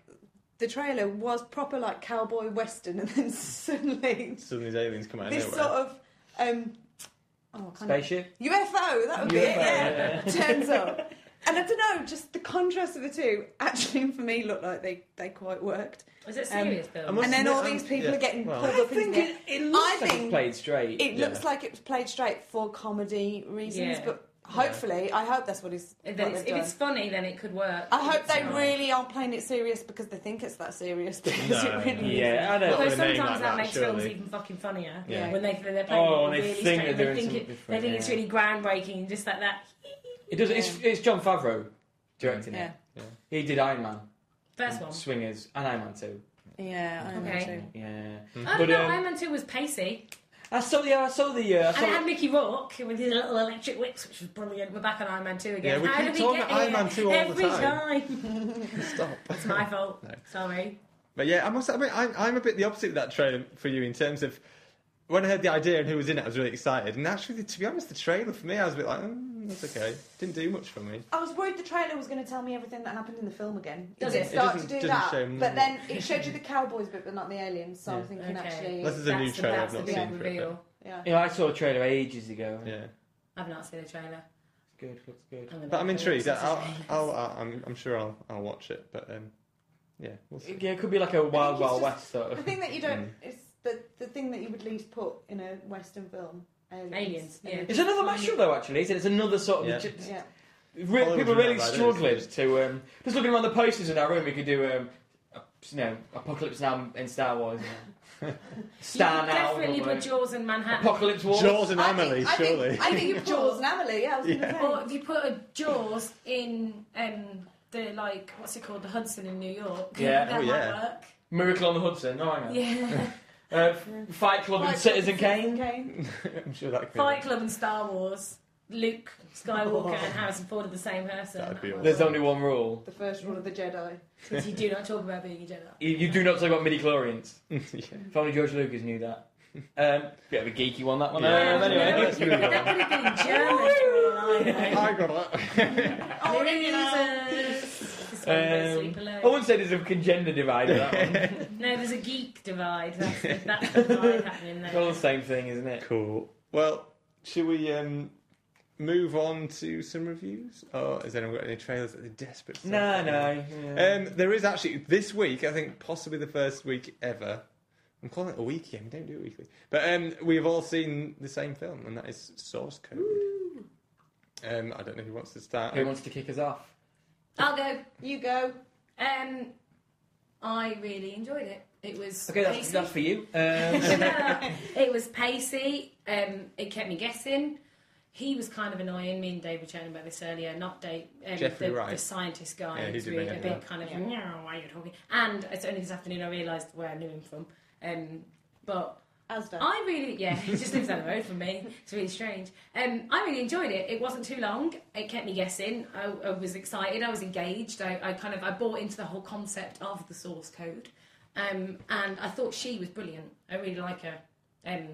the trailer was proper like cowboy western, and then (laughs) suddenly
Suddenly these aliens come out of
this
nowhere.
sort of um oh I can't
Spaceship.
UFO that would be it
UFO,
yeah, (laughs) turns up. And I don't know, just the contrast of the two actually (laughs) for me looked like they, they quite worked.
Was it a
Um,
serious film?
must
and then
admit,
all
I'm-
these people
yeah,
are getting
well-
pulled
I
up in
think
the
it, it looks
I
like it's
think-
played straight.
It
Yeah.
looks like it was played straight for comedy reasons,
Yeah.
but hopefully, I hope that's what is.
Then
what
it's-
they've
if
done.
it's funny, then it could work.
I hope
It's
they
not.
really aren't playing it serious because they think it's that serious (laughs) because
No,
it really is.
yeah, I don't
Although
with a name
sometimes
like
that
that,
makes films
surely.
even fucking funnier.
Yeah.
When they, they're playing
Oh, and
it
they
really
think
straight,
they're doing
they think,
something
it, they
different,
think it's
yeah.
really groundbreaking and just like that.
It does. It's, it's John Favreau directing
Yeah.
it. He did Iron Man,
First one.
Swingers, and Iron Man Two.
Yeah, I know
Okay.
too.
Yeah, But,
I don't know,
um,
Iron Man 2 was pacey.
I saw the. I saw the. Uh, I saw
And it had Mickey Rourke with his little electric whips, which was brilliant. We're back on Iron Man 2
Yeah,
again.
we
How
keep
did
talking
get
about Iron
here?
Man 2 all the
Every
time. (laughs)
time.
Stop.
it's my
(laughs)
fault.
No.
Sorry.
But yeah, I must admit, I'm, I'm a bit the opposite of that trailer for you in terms of when I heard the idea and who was in it, I was really excited. And actually, to be honest, the trailer for me, I was a bit like, mm, that's okay. Didn't do much for me.
I was worried the trailer was going to tell me everything that happened in the film again.
Does
did
it? It
start
doesn't-
to
doesn't
do that?
show
but
much.
then it showed you the cowboys bit, but not the aliens. So I'm
Yeah.
thinking
Okay.
actually,
This is a new
the-
trailer
that's
I've
the
not
big
seen for it,
reveal.
yeah.
You know, I saw a trailer ages ago.
Yeah,
I've not seen the trailer.
It's good. It's good.
I'm gonna
but I'm
go
intrigued.
watch
I'll,
this.
I'll, I'll, I'm, I'm sure I'll, I'll watch it. But um, yeah, we'll see.
Yeah, it could be like a Wild
it's
Wild
just-
West sort
(laughs) The
of.
thing that you don't is the the thing that you would least put in a western film. Aliens.
Aliens,
And
yeah.
they
It's
just-
another mashup though, actually. Isn't it? It's another sort of.
Yeah.
just-
Yeah.
Re-
Hollywood's
people really
not bad,
struggling
is
to. Um, just looking around the posters in our room, we could do, um, a- you know, Apocalypse Now and Star Wars. Star
you could
Now.
definitely
or-
put Jaws and Manhattan.
Apocalypse War.
Jaws and
I think-
Amelie,
I think,
surely. (laughs)
I think you Jaws and Amelie. Yeah, I was going to
Yeah.
Or
say.
if you put a Jaws in um, the like what's it called, the Hudson in New York.
Yeah.
that
Oh,
might
yeah.
work.
Miracle on the Hudson. No, hang on.
(laughs)
Yeah,
Uh, Fight Club and Citizen Kane.
I'm sure that could
Fight Club and Star Wars. Luke Skywalker and Harrison Ford are the same person.
That'd Oh. be
That
awesome.
There's
might
only one rule.
The first rule of the Jedi.
work. 'Cause you do not talk about being a Jedi.
You, you do not talk about midi chlorians.
(laughs) yeah.
If only George Lucas knew that. Um, bit of a geeky one, that one.
Yeah.
Um,
Yeah,
anyway.
(laughs)
let's move on.
that could have been German for all I
(laughs)
know.
I got it.
Oh,
Losers. This one goes
(laughs) Um,
sleep alone.
I wouldn't say there's a gender divide (laughs) in that one.
No, there's a geek divide. That's the, that's
(laughs)
the divide happening
It's all
there.
the same thing, isn't it?
cool. Well, should we um, move on to some reviews? Or has anyone got any trailers that they're desperate to
No,
talk about?
no. yeah.
Um, there is actually this week. I think possibly the first week ever. I'm calling it a week. Yeah, we don't do it weekly. But um, we've all seen the same film, and that is Source Code. Um, I don't know who wants to start.
Who wants to kick us off?
I'll go.
You go.
Um, I really enjoyed it. It was
Okay, that's,
pacey.
that's for (laughs) you. Um,
(laughs) it was pacey. Um, it kept me guessing. He was kind of annoying. Me and Dave were chatting about this earlier. Not Dave, um,
Jeffrey
the,
Wright.
the scientist guy.
Yeah, he
was
did
really
make
a
it
bit
up.
kind of "No, why are you talking? And it's only this afternoon I realised where I knew him from. Um, but
Asda.
I really, yeah, (laughs) he just lives down the road from me. It's really strange. Um, I really enjoyed it. It wasn't too long. It kept me guessing. I, I was excited. I was engaged. I, I kind of I bought into the whole concept of the source code, um, and I thought she was brilliant. I really like her. Um,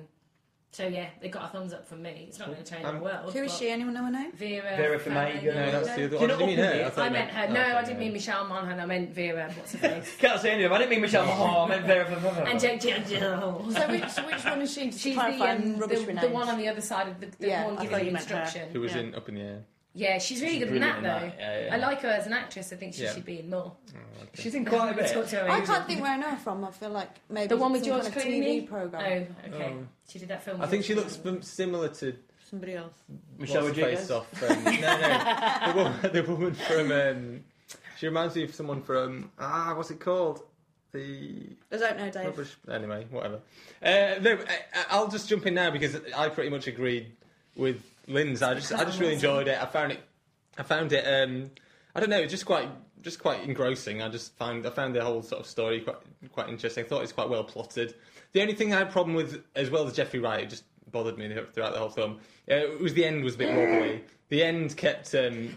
so yeah, they got a thumbs up from me. It's not going to change
Um,
the world.
Who is
but
she? Anyone know her name?
Vera.
Vera Farmiga.
Farmiga.
No, that's the other
Do
one.
you
Did you mean
know
her?
Upwood?
thought
I
you
meant her. No,
Oh, okay,
I didn't
yeah.
mean Michelle Monaghan. I meant Vera.
(laughs)
What's her face?
Can't say any of them. I didn't mean Michelle oh, Mahan. I meant Vera Farmiga.
and Jake Gyllenhaal.
So which, which one is she? Just
She's the,
clarify,
um,
rubbish
the,
with
the
names.
one on the other side of the, the
Yeah,
one
I
giving
thought
the
you meant her.
instruction.
Who was
Yeah.
in Up in the Air?
Yeah, she's really good in
brilliant
that,
in
though.
that, yeah, yeah.
I like her as an actress. I think she
Yeah.
should be in more.
Oh,
She's in quite a bit.
Talk to her
I
over.
can't think where I know her from. I feel like maybe
The one with
some
George
kind of
Clooney?
TV program.
Oh, okay.
Oh.
She did that film.
I think she looks (laughs) fam- similar to
Somebody else.
Michelle
what's her face
Rodriguez.
off. Um, no, no, the woman, the woman from. Um, she reminds me of someone from. Ah, what's it called? The
I don't know, Dave.
Rubbish. Anyway, whatever. Uh, no, I, I'll just jump in now because I pretty much agreed with Lynn's. I just, I just really enjoyed it. I found it, I found it. Um, I don't know, just quite, just quite engrossing. I just found, I found the whole sort of story quite, quite interesting. I thought it's quite well plotted. The only thing I had a problem with, as well as Jeffrey Wright, it just bothered me throughout the whole film. Uh, it was the end was a bit wobbly. The end kept. Um,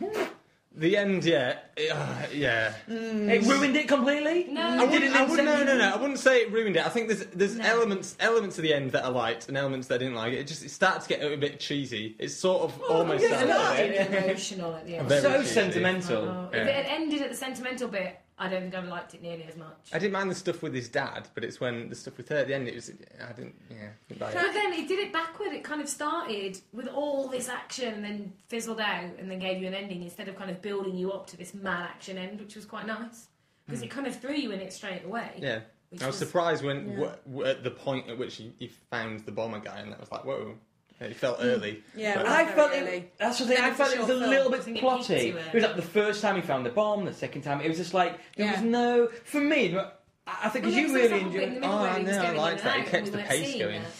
the end, yeah, uh, yeah.
It ruined it completely.
No.
I
It did
wouldn't,
an
I wouldn't, no, no,
inception.
no. I wouldn't say it ruined it. I think there's there's
No.
elements elements of the end that I liked and elements that I didn't like. It just it started to get a bit cheesy. It's sort of
Oh,
almost
yeah,
that
no,
little bit.
it-
emotional at the end.
Very
So
cheesy.
sentimental.
Oh,
Yeah.
If it had ended at the sentimental bit, I don't think I'd have liked it nearly as much.
I didn't mind the stuff with his dad, but it's when the stuff with her at the end. It was I didn't. Yeah. didn't buy it.
But then it did it backward. It kind of started with all this action and then fizzled out and then gave you an ending instead of kind of building you up to this mad action end, which was quite nice. Because it kind of threw you in it straight away.
Yeah.
Which
I was
was-
surprised when
Yeah.
w- w- at the point at which he, he found the bomber guy, and that was like whoa. It felt early.
Mm. Yeah,
But-
well,
I felt
Really.
it. That's the thing. I
It's
felt
a
it was a
short film.
little
I
bit
think it keeps
plotty.
you in.
It was like the first time he found the bomb, the second time it was just like there
Yeah.
was no. For me, I I think because
Well, there
you
was
really
that whole bit in the
enjoyed.
middle
Oh,
where
I
he was
know, I
going in
liked
and
that. It
out
kept
and we
the
weren't
pace
seeing
going.
that.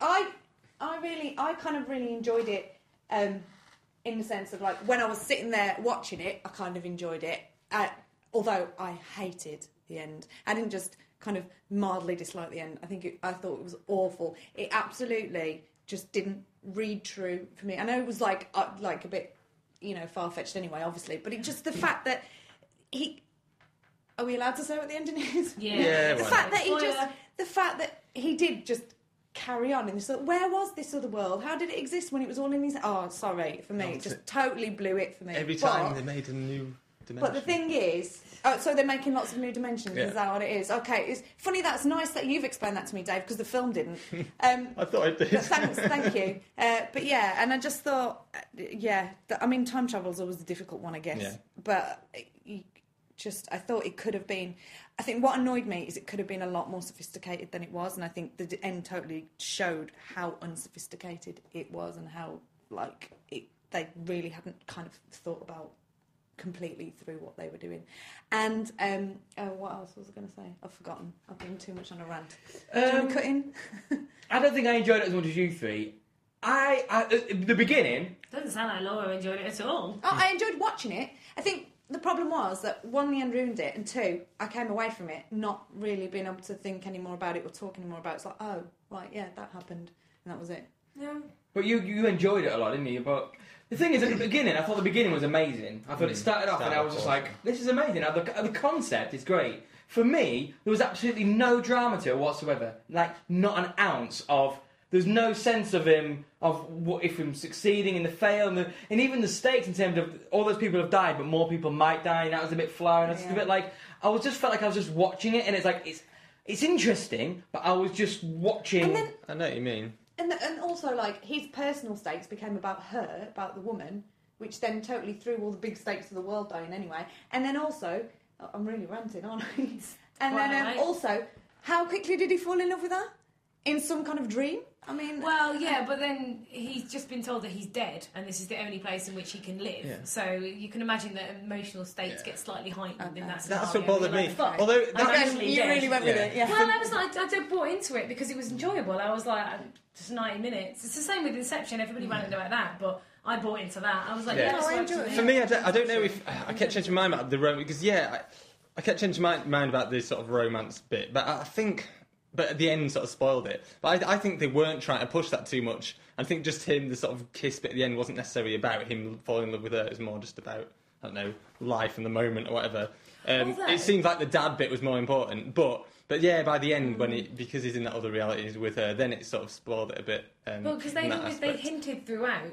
I I really I kind of really enjoyed it um, in the sense of like when I was sitting there watching it, I kind of enjoyed it. Uh, although I hated the end. I didn't just kind of mildly dislike the end. I think it, I thought it was awful. It absolutely just didn't read true for me. I know it was like uh, like a bit, you know, far fetched anyway, obviously. But it just the fact that he. Are we allowed to say what the ending is?
Yeah.
Yeah,
the
why
fact
not?
that he just
Spoiler.
the fact that he did just carry on in this other- where was this other world how did it exist when it was all in his oh sorry for me
Oh,
it just
t-
totally blew it for me
Every
But-
time they made a new dimension.
but the thing is, oh, so they're making lots of new dimensions.
Yeah.
Is that what it is? Okay, it's funny. That's nice that you've explained that to me, Dave, because the
(laughs)
film didn't. Um,
I thought I did.
(laughs) but thanks, thank you. Uh, but yeah, and I just thought, uh, yeah, th- I mean, time travel is always a difficult one, I guess.
Yeah.
But you just, I thought it could have been. I think what annoyed me is it could have been a lot more sophisticated than it was, and I think the d- end totally showed how unsophisticated it was and how like it. They really hadn't kind of thought about completely through what they were doing. And um, oh, what else was I going to say? I've forgotten. I've been too much on a rant. Do you want
Um,
to cut in?
I don't think I enjoyed it as much as you three. I, I at the beginning.
Doesn't sound like Laura enjoyed it at all.
Oh, I enjoyed watching it. I think the problem was that one, the end ruined it, and two, I came away from it not really being able to think any more about it or talk any more about it. It's like, oh, right, yeah, that happened, and that was it.
Yeah.
But you you enjoyed it a lot, didn't you? But the thing is, at the beginning, I thought the beginning was amazing. I thought it started off, and
Mm. started
I was just
off
like, "This is amazing." Now, the, the concept is great. For me, there was absolutely no drama to it whatsoever. Like, not an ounce of. There's no sense of him of what if him succeeding and the fail and, the, and even the stakes in terms of all those people have died, but more people might die. And that was a bit flowery. And I was just a
Yeah.
bit like, I was just felt like I was just watching it, and it's like it's it's interesting, but I was just watching.
And then,
I know what you mean.
and the, and also like his personal stakes became about her, about the woman, which then totally threw all the big stakes of the world down anyway. And then also, I- I'm really ranting, aren't I? (laughs) And
Quite
then
alright.
um, also, how quickly did he fall in love with her? In some kind of dream? I mean,
Well, yeah, but then he's just been told that he's dead, and this is the only place in which he can live.
Yeah.
So you can imagine that emotional states
Yeah.
get slightly heightened
Okay.
in that scenario.
That's what bothered
You're
me.
like, "Fuck,
Although
I'm
that,
actually
you
dead."
really went with
Yeah.
it, yeah.
Well, I was like, I did bought into it because it was enjoyable. I was like, just 90 minutes. It's the same with Inception. Everybody ranted about that, but I bought into that. I was like,
Yeah.
yeah,
No,
this
I
works
enjoy it.
For me, I don't, I don't know if I kept changing my mind about the romance because yeah, I, I kept changing my mind about the sort of romance bit, but I think, but at the end, sort of spoiled it. But I, I think they weren't trying to push that too much. I think just him, the sort of kiss bit at the end, wasn't necessarily about him falling in love with her. It was more just about I don't know life and the moment or whatever. Um,
Although-
it seems like the dad bit was more important, but. But yeah, by the end, when he because he's in that other reality with her, then it sort of spoiled it a bit. Um,
Well, because they
in that
always, they
aspect.
hinted throughout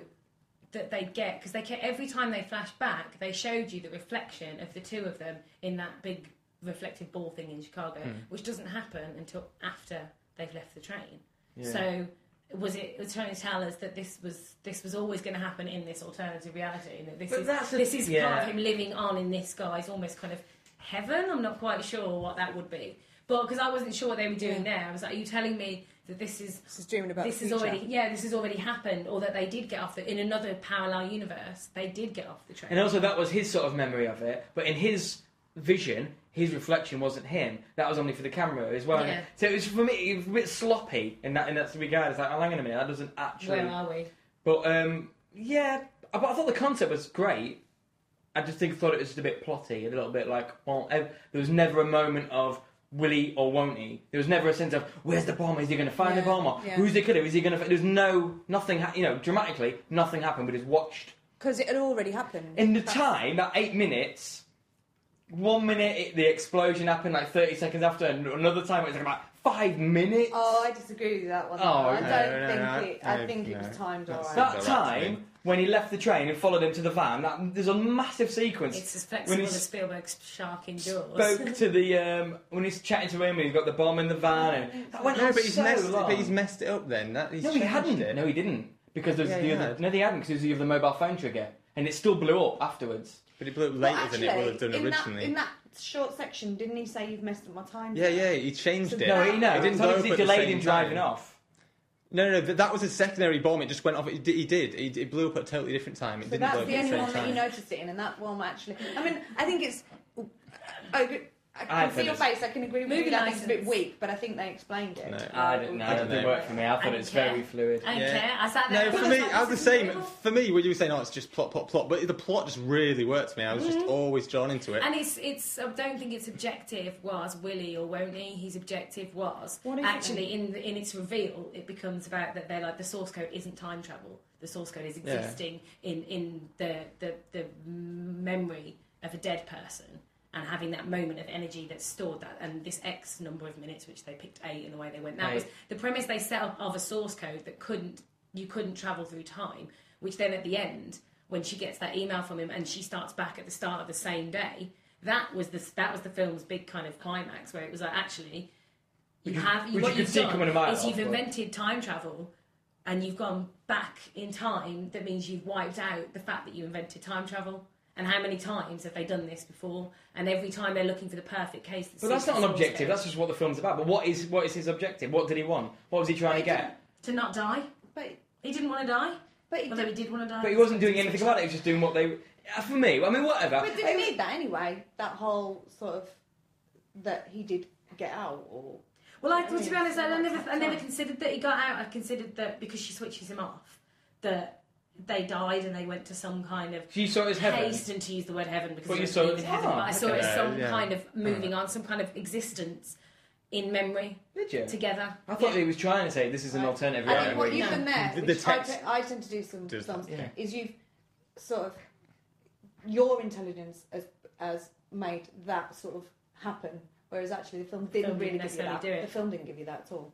that they get because they kept, every time they flashed back, they showed you the reflection of the two of them in that big reflective ball thing in Chicago,
Hmm.
which doesn't happen until after they've left the train. So was it was trying to tell us that this was this was always going to happen in this alternative reality, and that this
But
is
that's the-
this is part
yeah.
of him living on in this guy's almost kind of heaven. I'm not quite sure what that would be. But because I wasn't sure what they were doing there, I was like, "Are you telling me that this is
She's dreaming about
this
the
is
future.
already yeah this has already happened or that they did get off the in another parallel universe they did get off the train
And also, that was his sort of memory of it. But in his vision, his reflection wasn't him. That was only for the camera as well.
Yeah.
So it was for me it was a bit sloppy in that in that regard. It's like, oh, hang on a minute, that doesn't actually.
where
uh,
are we
But um, yeah, I- but I thought the concept was great. I just think thought it was just a bit plotty, a little bit like, well, ev- there was never a moment of will he or won't he. There was never a sense of where's the bomb? Is he going to find the
Yeah,
bomb? Or
yeah.
who's the killer? Is he going to? There's no nothing. Ha- you know, dramatically, nothing happened. We just watched
Because it had already happened.
in the
That's-
time, that eight minutes, one minute it, the explosion happened like 30 seconds after, and another time it was like about five minutes.
Oh, I disagree with that one.
Oh,
I
no,
don't
no,
think
no,
it. I
no,
think it
no.
was timed all
That's-
right.
that
that's
time, when he left the train and followed him to the van, that, there's a massive sequence.
it's as
when
flexible
he
as Spielberg's shark indoors
spoke to the, um, when he's chatting to him and he's got the bomb in the van, and that went
No,
on
but he's,
so
messed,
long.
but he's messed it up then. That, he's
no, he
changed
hadn't.
It.
No, he didn't. Because there's
Yeah,
the
he
other,
had.
no, they hadn't, because there's the other mobile phone trigger, and it still blew up afterwards.
But he blew it
Well,
later than it would have
actually,
done
in that-
originally.
in that short section, didn't he say you've messed up my time?
yeah, yeah, he changed
So
it.
No, he, no,
It
it's
didn't
not
blow
because
up
he
at the
delayed
same
him driving
time.
off.
No, no, but that was a secondary bomb. It just went off. It, did- he did. It, it blew up at a totally different time. It
So
didn't blow
that's
up
the
at the
only
same
one
time.
that you noticed it in, and that one actually. I mean, I think it's. I agree- I
I
can see
think
your
it's-
face. I can agree with
Movie
you. That it's a bit
license.
weak, but I think they explained it.
No.
I don't know.
I don't
it didn't
know.
work for me. I thought
I
it's
don't
very fluid.
(laughs) I don't
Yeah.
care. I sat there.
No,
and
for
thought,
me,
like,
I was the
this is
same.
incredible.
For me, when you were saying, "Oh, it's just plot, plot, plot," but the plot just really worked for me. I was
Mm-hmm.
just always drawn into it.
And it's it's. I don't think it's objective. Was Willie or won't he? His objective was
What is it
actually in the, in its reveal. It becomes about that they're like the source code isn't time travel. The source code is
Yeah.
existing in in the, the the memory of a dead person and having that moment of energy that's stored that and this X number of minutes which they picked eight and the way they went. That was
Eight.
the premise they set up of a source code that couldn't you couldn't travel through time. Which then at the end when she gets that email from him and she starts back at the start of the same day. That was the that was the film's big kind of climax where it was like actually you
Which you-
have
which you
what
could
you've
see coming a mile
done is
off,
you've
but-
invented time travel and you've gone back in time. That means you've wiped out the fact that you invented time travel. And how many times have they done this before? And every time they're looking for the perfect case. that
But that's
suits
not
the
an
source
objective.
code.
That's just what the film's about. But what is what is his objective? What did he want? What was he trying to get?
to not die.
But
He didn't want to die.
but it
Although he
did,
did want to die.
But he wasn't doing anything about it. He was just doing what they. Uh, For me, I mean, whatever.
but did he need that anyway? That whole sort of that he did get out or
Well, I,
Yeah,
well, to be
yeah.
honest, I never, I never
Fine.
considered that he got out. I considered that because she switches him off, that they died and they went to some kind of
So you saw it as heaven.
hasten to use the word heaven because
But
I
you
don't
saw it
believe
as-
in heaven.
ah,
but I saw
okay.
it as some
Yeah, yeah.
kind of moving on, some kind of existence in memory
Did you?
together.
I thought
Yeah.
he was trying to say this is an
Right.
alternative
I
reality.
think what
Yeah.
you've done there,
The- the
which I
text
te- I tend to do some
does
films,
that,
is you've sort of your intelligence has, has made that sort of happen, whereas actually the film didn't
Film didn't
really give you
necessarily
that.
do it.
The film didn't give you that at all.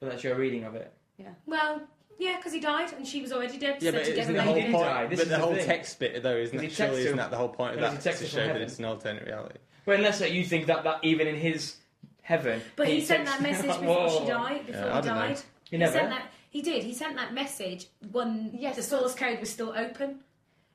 But that's your reading of it.
well, yeah, because he died and she was already dead.
yeah,
so
but
together
isn't
they
the whole
didn't
point?
die. This
but
is
the
the
whole
thing.
text bit, though, isn't
He
it?
texts
Surely,
him.
isn't that the whole point of
Because
that?
he texts
to
us from
show that
heaven.
it's an alternate reality.
Well, unless uh, you think that, that even in his heaven.
But he sent that
texts-
message before
(laughs)
Whoa.
she died. Before
I
he
don't know.
died,
You
he
never.
sent that. He did. He sent that message when
Yes,
the source code was still open.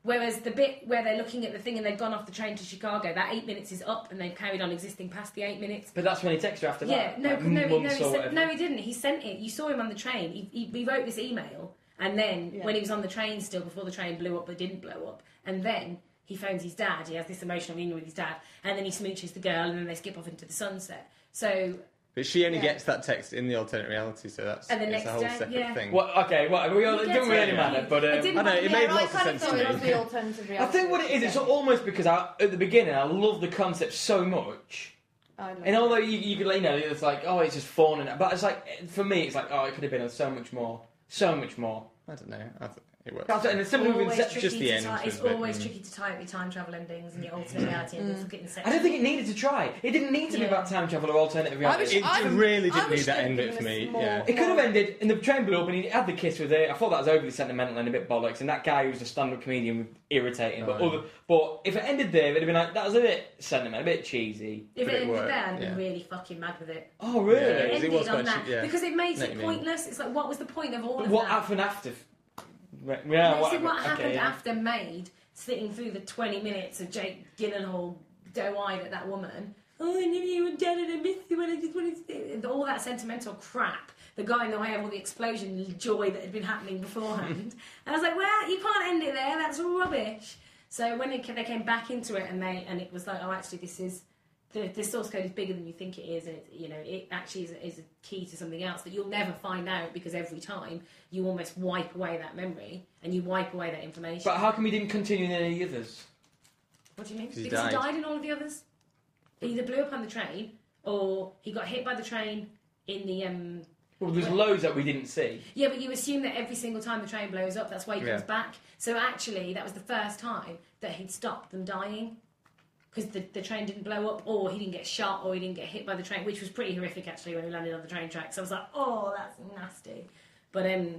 Whereas the bit where they're looking at the thing and they've gone off the train to Chicago, that eight minutes is up, and they've carried on existing past the eight minutes.
But that's when he texted her after
Yeah,
that.
no,
like,
no, he- no,
months
he
or
sent,
whatever.
no, he didn't. He sent it. You saw him on the train. He, he, he wrote this email, and then
Yeah.
when he was on the train still, before the train blew up but didn't blow up, and then he phones his dad. He has this emotional reunion with his dad, and then he smooches the girl, and then they skip off into the sunset. So
But she only
Yeah.
gets that text in the alternate reality, so that's
And the
it's
next
a whole
day,
separate
yeah.
thing.
What, okay, well, we all,
You
it
get
didn't
it.
really matter, but.
It
Um,
didn't
I know,
bother
it
me
made
at all.
lots
I
of
kind
sense
of
to
thought it
me.
was the alternative
I
reality.
think what it is, it's almost because I, at the beginning I love the concept so much,
I don't
and
know.
although you, you could, you know, it's like oh, it's just fun, and but it's like for me, it's like oh, it could have been so much more, so much more.
I don't know. I th- it works.
That's it, and it's similar with
always
Inception.
tricky
just the
to
end
tie,
was
it's
a bit,
always
mm.
tricky to tie up your time travel endings and your alternate reality endings. Look at Inception.
Mm. I don't think it needed to try. It didn't need to be
Yeah.
about time travel or alternative reality.
wish-
It
I-
really
I
didn't
wish
need that
they'd
end bit
given
for
us
me.
more-
Yeah.
It could have ended, and the train blew up, and he had the kiss with it. I thought that was overly sentimental and a bit bollocks, and that guy who was a stand-up comedian was irritating. But
Oh,
other, but if it ended there, it'd have been like that was a bit sentimental, a bit cheesy.
if
but
it
it
ended
worked,
there, I'd
yeah.
be really fucking mad with it.
Oh
Yeah,
really?
it was
Ended on
quite
that
cheap, yeah.
because it makes
Know what
it
you mean.
pointless. It's like, what was the point of all
But
of
what
that?
happened after? Yeah,
No, see,
whatever.
what
Okay,
happened
yeah.
after made sitting through the 20 minutes of Jake Gyllenhaal doe-eyed at that woman. Oh, I knew you were dead and I missed you and I just wanted to... and All that sentimental crap that got in the way of all the explosion joy that had been happening beforehand. and I was like, well, you can't end it there. That's rubbish. So when it, ca- they came back into it and they and it was like, oh, actually, this is... The, the source code is bigger than you think it is, and it, you know it actually is, is a key to something else that you'll never find out because every time you almost wipe away that memory and you wipe away that information.
But how come he didn't continue in any others?
what do you mean?
Because he
because he
died.
died in all of the others. He either blew up on the train or he got hit by the train in the um
Well, there's
Well-
loads that we didn't see.
yeah but you assume that every single time the train blows up that's why he comes
Yeah.
back so actually that was the first time that he'd stopped them dying because the, the train didn't blow up or he didn't get shot or he didn't get hit by the train which was pretty horrific actually when he landed on the train tracks i was like oh that's nasty but um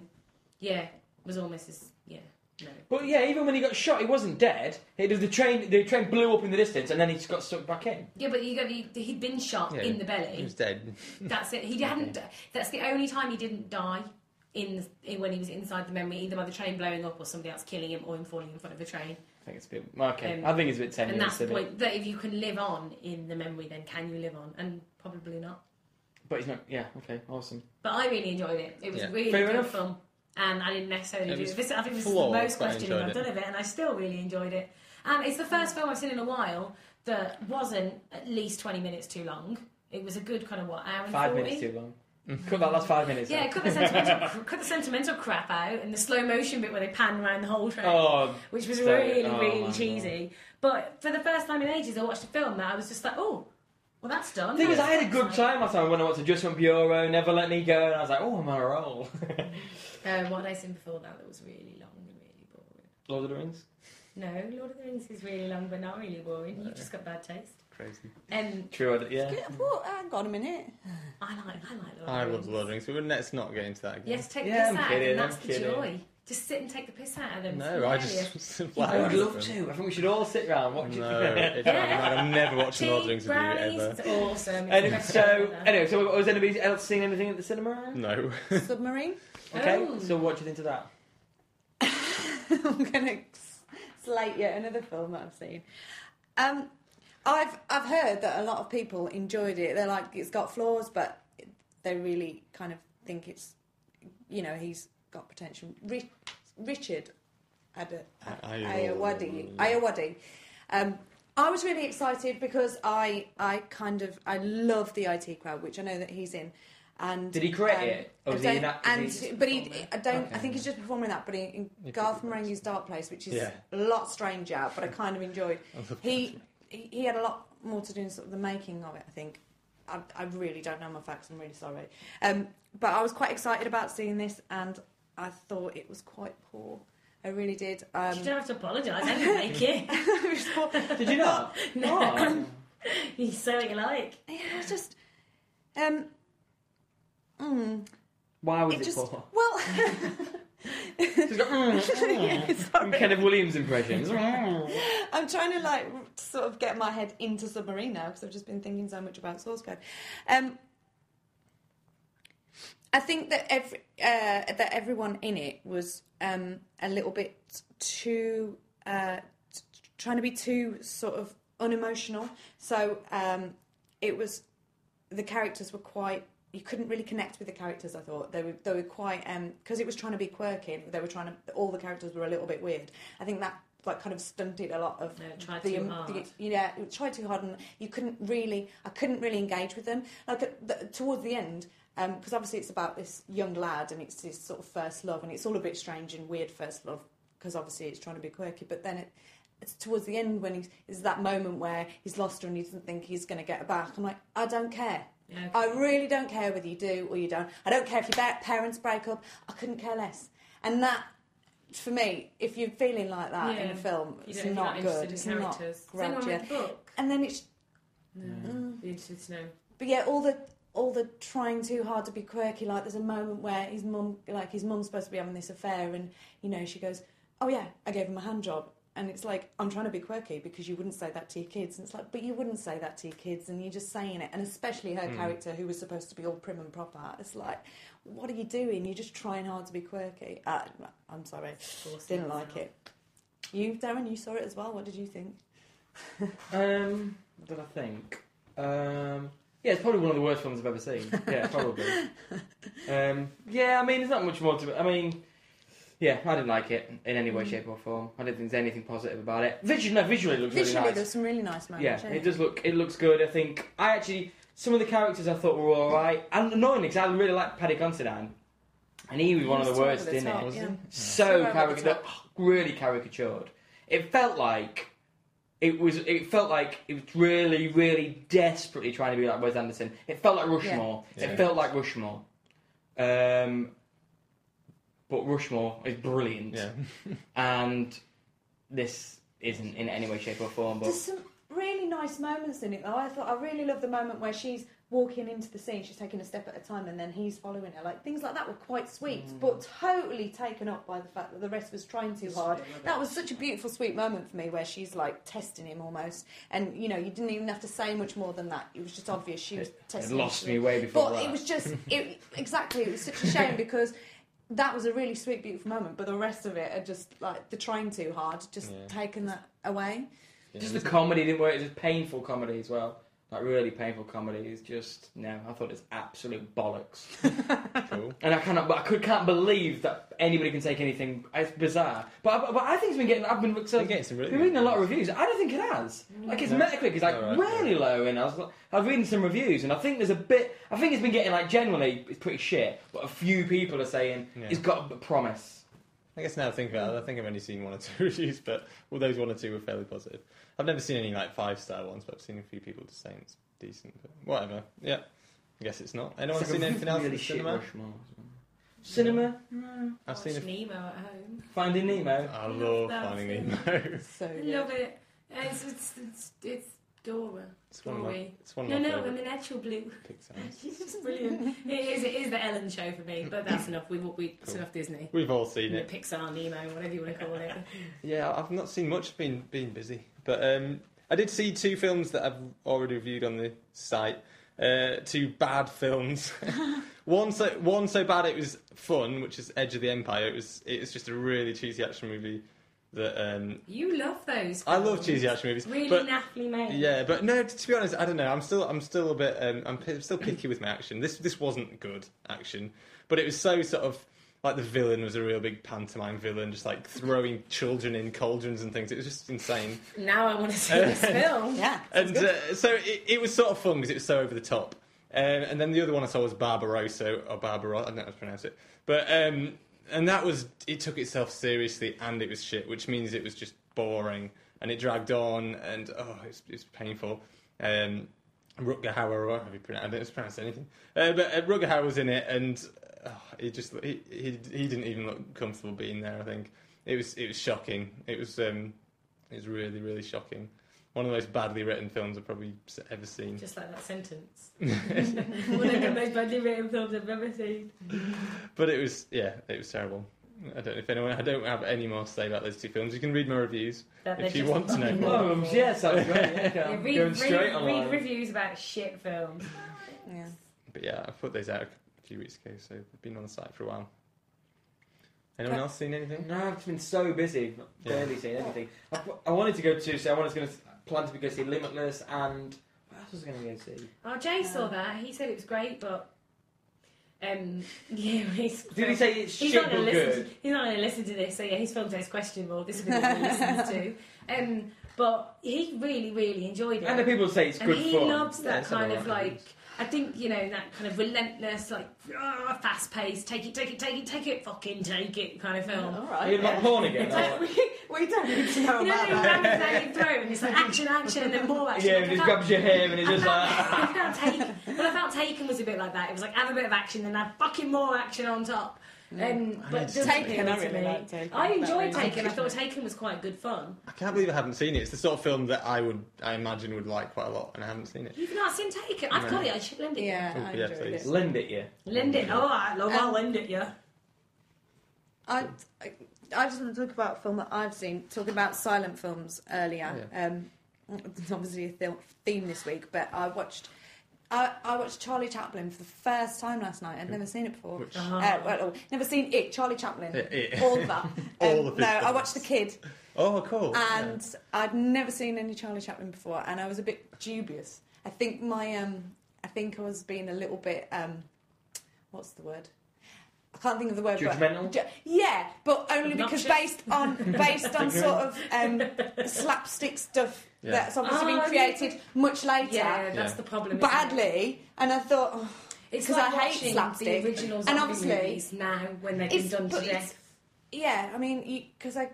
yeah it was almost as yeah no
But yeah, even when he got shot, he wasn't dead. It was the train. The train blew up in the distance, and then he just got sucked back in.
Yeah, but you got he, he'd been shot
Yeah.
in the
He
belly.
was dead.
(laughs)
(laughs)
That's it. He hadn't. That's the only time he didn't die in, in when he was inside the memory, either by the train blowing up or somebody else killing him or him falling in front of a train.
I think it's a bit. Okay,
Um,
I think it's a bit tenuous.
and that's the
isn't it?
point. That if you can live on in the memory, then can you live on? And probably not.
But he's not. Yeah. Okay. Awesome.
But I really enjoyed it. It was
Yeah.
really
Fair
good
enough.
fun. And I didn't necessarily
It
do
was
this. this. I think this is the
flawless,
most
but I
questioning I've
enjoyed
Um, done of it, and I still really enjoyed it. And it's the first film I've seen in a while that wasn't at least 20 minutes too long. It was a good kind of what hour and
Five
40?
minutes too long. Cut that last five minutes.
Yeah,
out.
cut
(laughs)
the, sentimental, (laughs) cr- cut the sentimental crap out and the slow motion bit where they pan around the whole train,
Oh,
which was
so-
really,
oh my
really
God.
cheesy. But for the first time in ages, I watched a film that I was just like, oh, well, that's done.
The thing is, I had a
That's
good
nice.
time last time when I went to Justin Bureau, Never Let Me Go, and I was like, oh, I'm on a roll. (laughs)
Uh, what had I seen before that that was really long and really boring?
Lord of the Rings.
No, Lord of the Rings is really long but not really boring. You've just got bad taste.
Crazy.
Um,
True, I d- yeah.
Good, well, hang on a minute.
(laughs)
I like, I like Lord
I
of
love
the Rings.
Lord of the Rings, but let's not get into that again.
Oh, Yes, take
Yeah,
the
I'm
piss out,
kidding,
and that's
I'm
the
kidding.
joy. Just sit and take the piss out of them.
No, I just. (laughs)
I would love to. I think we should all sit round watch
No,
it.
it doesn't
(laughs)
matter. I'm never watching Lord of the
Tea,
Rings with you
brownies,
ever.
it's awesome. It's
(laughs)
the
Anyway,
best
so,
thing ever.
anyway, so was anybody else seeing anything at the cinema?
No.
Submarine.
Okay,
Oh.
so what do you think of that?
I'm gonna s- slate yet another film that I've seen. Um, I've I've heard that a lot of people enjoyed it. They're like, it's got flaws, but they really kind of think it's, you know, he's got potential. Ri- Richard Ad-
(laughs)
Ad-
Ayo-
Ayawadi. Ayawadi. Um, I was really excited because I I kind of I love the IT crowd, which I know that he's in. And
Did he create
um,
it? Or
I
was he an
don't-
act-
and-
was he-
but he, I don't. I
Okay.
think he's just performing that. But in,
Yeah,
in Garth
probably.
Marenghi's Dark Place, which is
Yeah.
a lot stranger, but I kind of enjoyed. he, he he had a lot more to do in sort of the making of it. I think. I, I really don't know my facts. I'm really sorry. Um, but I was quite excited about seeing this, and I thought it was quite poor. I really did. Um,
you don't have to apologise. I didn't make it. (laughs)
(laughs) it was poor.
Did you
(laughs)
not?
Um,
Oh. no.
You say what you like.
Yeah, it was just. Um, mm,
Why was
it
it,
just
poor?
well. (laughs)
She's got, mm, mm.
sorry.
Kenneth Williams
(laughs)
impressions. Mm.
I'm trying to like sort of get my head into submarine now because I've just been thinking so much about source code. Um, I think that every uh, that everyone in it was um, a little bit too uh, t- trying to be too sort of unemotional. So um, it was the characters were quite. You couldn't really connect with the characters. I thought they were they were quite because it was trying to be quirky. and They were trying to all the characters were a little bit weird. I think that like kind of stunted a lot of
No, tried
the,
too
um,
hard.
the you know it tried too hard and you couldn't really I couldn't really engage with them like at the, towards the end because obviously it's about this young lad and it's his sort of first love and it's all a bit strange and weird first love because obviously it's trying to be quirky but then it, it's towards the end when he's is that moment where he's lost her and he doesn't think he's going to get her back I'm like I don't care
Yeah, okay.
I really don't care whether you do or you don't I don't care if your ba- parents break up I couldn't care less and that for me, if you're feeling like that in
Yeah.
a film,
You
it's
don't,
not,
you're not
good.
interested
It's
in
not
characters. Does
great.
anyone
yeah.
read the book?
And then it's
No.
mm.
Be interested to know.
but yeah, all the all the trying too hard to be quirky. Like there's a moment where his mum, like his mum's supposed to be having this affair, and you know she goes, "Oh yeah, I gave him a hand job." And it's like I'm trying to be quirky because you wouldn't say that to your kids, and it's like, but you wouldn't say that to your kids, and you're just saying it. And especially
Hmm.
her character, who was supposed to be all prim and proper, it's like, what are you doing? You're just trying hard to be quirky. Uh, I'm sorry,
Forcing
didn't like
yourself.
it. You, Darren, you saw it as well. What did you think?
Um, what did I think? Um, yeah, it's probably one of the worst films I've ever seen. Yeah,
(laughs)
probably. um, yeah, I mean, there's not much more to. I mean, yeah, I didn't like it in any
Mm.
way, shape, or form. I don't think there's anything positive about it. Visually, no, visually it looks
Visually,
really nice.
there's some really nice moments.
yeah, it does look. It looks good. I think I actually some of the characters I thought were all right, and annoying because I really liked Paddy Considine, and he was one of the
was over
worst
the
in
top,
it.
Was
yeah.
it?
Super
So
over the
caricature,
top.
(gasps) really caricatured. It felt like it was. It felt like it was really, really desperately trying to be like Wes Anderson. It felt like Rushmore.
Yeah. Yeah.
It felt like Rushmore. Um, but Rushmore is brilliant, (laughs)
Yeah.
and this isn't in any way, shape, or form. But
There's some really nice moments in it, though. I thought I really love the moment where she's walking into the scene, she's taking a step at a time, and then he's following her. Like things like that were quite sweet,
Mm.
but totally taken up by the fact that the rest was trying too hard. That was such a beautiful, sweet moment for me, where she's like testing him almost, and you know, you didn't even have to say much more than that. It was just obvious she was
It- it
testing.
lost
him.
me way before
But
that.
it was
(laughs)
just it, exactly. It was such a shame because. That was a really sweet, beautiful moment, but the rest of it are just like the trying too hard, just
Yeah.
taking that away.
Just the comedy didn't work. It was painful comedy as well. Like really painful comedy is just no. I thought it's absolute
(laughs)
bollocks,
Cool.
and I cannot. But I could can't believe that anybody can take anything. It's bizarre. But I- but I think it's been getting. I've been so
Been getting some really
been
good
reading a lot of
reviews.
reviews. I don't think it has. Like it's
No.
Metacritic is like
All right,
really low, and I was like- I've reading some reviews, and I think there's a bit. I think it's been getting like generally it's pretty shit, but a few people are saying
Yeah.
it's got a promise.
I guess now I think about it, I think I've only seen one or two (laughs) reviews, but all those one or two were fairly positive. I've never seen any like five star ones, but I've seen a few people just saying it's decent. But whatever. Yeah. I guess it's not. Anyone
It's like
seen
a
anything else in
really
the
shit
cinema?
Rushmore or something. Cinema? No.
I've seen a
Watch Nemo at home.
Finding Nemo.
I
Love
love
Oh, that
Finding
film.
Nemo. (laughs)
So
I
good.
love it. It's, it's, it's, it's Dora.
It's one of my,
Sorry.
it's one of
No,
my
no, I'm
favourite
an
(laughs)
actual blue. (laughs)
Pixar.
She's just brilliant. it, is, it is the Ellen show for me, but that's enough. We, we, It's
Cool.
enough Disney.
We've all seen it.
Pixar, Nemo, whatever you want to call it.
Yeah, I've not seen much. Been been busy, but um, I did see two films that I've already reviewed on the site. Uh, two bad films. one so one so bad it was fun, which is Edge of the Empire. It was it was just a really cheesy action movie that um,
You love those.
I love
films.
cheesy action movies.
Really
but
naffily made.
yeah, but no, t- to be honest, I don't know. I'm still, I'm still a bit, um, I'm p- still picky with my action. This, this wasn't good action, but it was so sort of like the villain was a real big pantomime villain, just like throwing children in cauldrons and things. It was just insane.
Now I want to
(laughs)
see this film.
Yeah.
and uh, so it, it was sort of fun because it was so over the top. Um, and then the other one I saw was Barbarossa or Barbarossa. I don't know how to pronounce it, but um, and that was it took itself seriously and it was shit, which means it was just boring and it dragged on and oh, it's it's painful. Um, Rutger Hauer, or have you pronounced? I don't know if it's pronounced anything, uh, but uh, Rutger Hauer was in it and uh, he just he, he he didn't even look comfortable being there. I think it was it was shocking. It was um, it was really really shocking. One of the most badly written films I've probably s- ever seen.
Just like that sentence. (laughs) One of the most badly written films I've ever seen.
(laughs) But it was, yeah, it was terrible. I don't know if anyone, I don't have any more to say about those two films. You can read my reviews.
That
If
they're
you
just
want to know
fucking
more.
Oh, um, (laughs)
awful.
yes, I've got it. Okay,
Yeah,
I'm
read,
going
read,
straight online.
read reviews about shit films.
Yeah.
But yeah, I put those out a few weeks ago, so they've been on the site for a while. Anyone
Ca-
else seen anything?
No, I've been so busy, I've barely seen anything. I, I wanted to go to, so I wanted to go, plan to go see Limitless and. What else was I going to go see?
Oh, Jay saw
Um,
that. He said it was great, but um, (laughs) yeah, he's,
Did he say it's
he's
shit
not
but
going to listen.
good?
To, he's not going to listen to this. So yeah, he's filmed his question more. This is what he listens to. Um, but he really, really enjoyed it.
And the people say it's
And
good
he
fun.
loves
Yeah,
that
it's
kind
not
of
alright.
like I think you know that kind of relentless, like ah, fast paced, take it, take it, take it, take it, fucking take it kind of film.
All
Are you
right.
about porn
(laughs)
again?
Like,
or-
we-
We don't need to know
you know, when
about
you
that.
ram it down your throat and it's like action, action, and then more action.
yeah,
Like,
and it
I
grabs your hair and it's
I
just like.
(laughs)
(laughs)
felt, I felt Taken. Well, I felt Taken was a bit like that. It was like have a bit of action, then have fucking more action on top. Um, but it doesn't
Mm. Taken,
appeal
I
to
really
me.
liked Taken.
I enjoyed
That really
Taken. I thought
interested
Taken was quite good fun.
I can't believe I haven't seen it. It's the sort of film that I would, I imagine, would like quite a lot, and I haven't seen it.
You've not seen Taken? I've
No.
got it. I should lend it.
Yeah,
Oh,
I
yeah,
enjoyed
please.
it.
Lend it you.
you. Lend it. Oh, I love. I'll
Um,
lend it you.
I, I, I just want to talk about a film that I've seen, talking about silent films earlier.
Oh,
Um, it's obviously a thil- theme this week, but I watched. I, I watched Charlie Chaplin for the first time last night. I'd never seen it before.
Which-
Uh, well, never seen it. Charlie Chaplin.
Yeah, it.
All of that.
(laughs) All
Um,
of his
no, I
films.
watched The Kid,
Oh, cool.
and I'd never seen any Charlie Chaplin before, and I was a bit dubious. I think my um, I think I was being a little bit um, what's the word? I can't think of the word.
Judgmental?
But, Ju- yeah, but only because
Obnoxious?
based
(laughs)
on based on sort of um, slapstick stuff
Yeah.
that's obviously
Oh,
been
yeah.
created much later.
Yeah, that's
Yeah.
the problem. isn't it?
Badly, and I thought, oh,
It's
'Cause
like
I hate
watching
slapstick.
The originals
And
and
obviously-
obviously, movies now when they've been
It's-
done
but
to
it's-
death.
yeah, I mean, because I,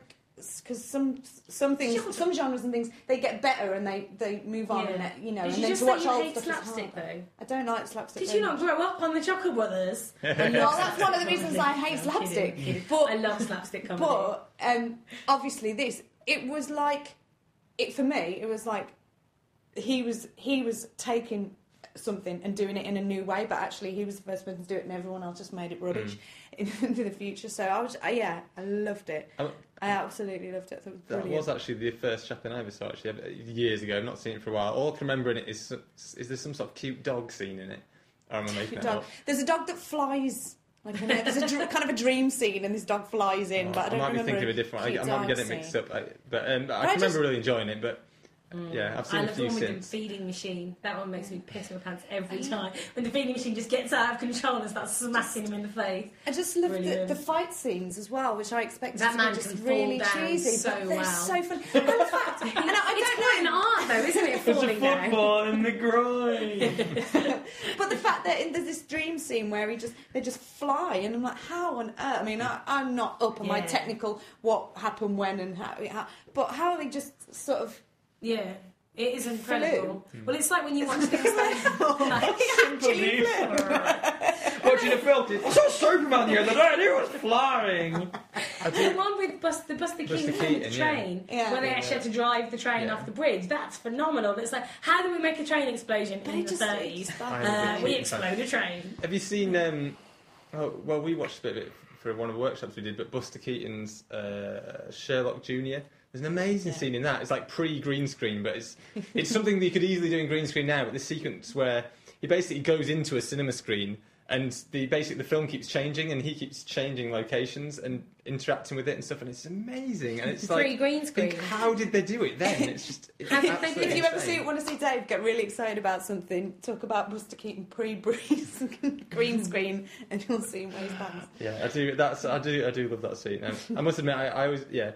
because some some things,
Sure.
some genres and things, they get better and they they move on,
Yeah.
and they, you know,
Did
and
you
then
just
to
say
watch
you
old
hate
stuff is hard.
slapstick though?
I don't like slapstick.
Did
very
you not
much.
grow up on the Choco Brothers?
Well, that's one of the reasons I hate
I'm kidding,
slapstick.
I'm kidding.
But-
I love slapstick comedy.
But um, obviously, this it was like it for me. It was like he was he was taking something and doing it in a new way, but actually he was the first person to do it, and everyone else just made it rubbish
Mm.
(laughs) into the future. So I was uh, yeah, I loved it.
Oh.
I absolutely loved it. I thought it was
That
brilliant.
was actually the first Chaplin I ever saw, actually, I've- years ago. I've not seen it for a while. All I can remember in it is is there some sort of cute dog scene in it? Or am I making that
Cute dog.
up?
There's a dog that flies. Like an, there's a dr- kind of a dream scene, and this dog flies in,
Oh,
but I don't
might be
remember.
thinking of a different one. I,
cute
I might be
dog
getting it mixed
scene.
up. I, but um, I, can
I
remember
just- Mm.
really enjoying it, but Yeah, I've
I
seen a
love the
few
one with
since.
the feeding machine. That one makes me piss my pants every time. When the feeding machine just gets out of control and starts smacking him in the face.
I just love the,
Brilliant.
the fight scenes as well, which I expected
That
to
man
be just
can fall
really
down
cheesy,
so
but they're
well.
so fun. And the
(laughs)
fact, (laughs) and I,
it's
I
quite an art, though, isn't it?
There's a
Falling down.
football in the groin.
don't know, but the fact that in, there's this dream scene where he just they just fly, and I'm like, how on earth? I mean, I, I'm not up on my
Yeah.
technical what happened when and how, it ha- but how they just sort of
Yeah. It is incredible. Well, it's like when you watch
(laughs)
things like. (laughs)
actually flew.
(laughs) Watching a film. I saw Superman the other day and he was flying.
I
The
do,
one with Bus, the Buster
Buster
Keaton film with the
Keaton, yeah.
train,
Yeah.
where they actually had to drive the train
Yeah.
off the bridge. That's phenomenal. It's like, how do we make a train explosion
But
in
it
the
just, it
30s?
just
I
baffles
know.
me.
Uh,
Keaton
we
fan.
explode a train.
have you seen? Um, oh, well, we watched a bit of it for one of the workshops we did, but Buster Keaton's uh, Sherlock Junior. There's an amazing
Yeah.
scene in that. It's like pre-green screen, but it's it's something that you could easily do in green screen now. But the sequence where he basically goes into a cinema screen. And the basically the film keeps changing, and he keeps changing locations and interacting with it and stuff, and it's amazing.
(laughs)
And it's
Three
like,
green
think,
screen.
how did they do it then? It's just it's
Have- have
absolutely
If you ever
insane.
see, want to see Dave get really excited about something, talk about Buster Keaton pre-breeze (laughs)
(laughs)
green screen, and you'll see him wave bands.
Yeah, I do. That's I do. I do love that scene. And I must admit, I, I was yeah.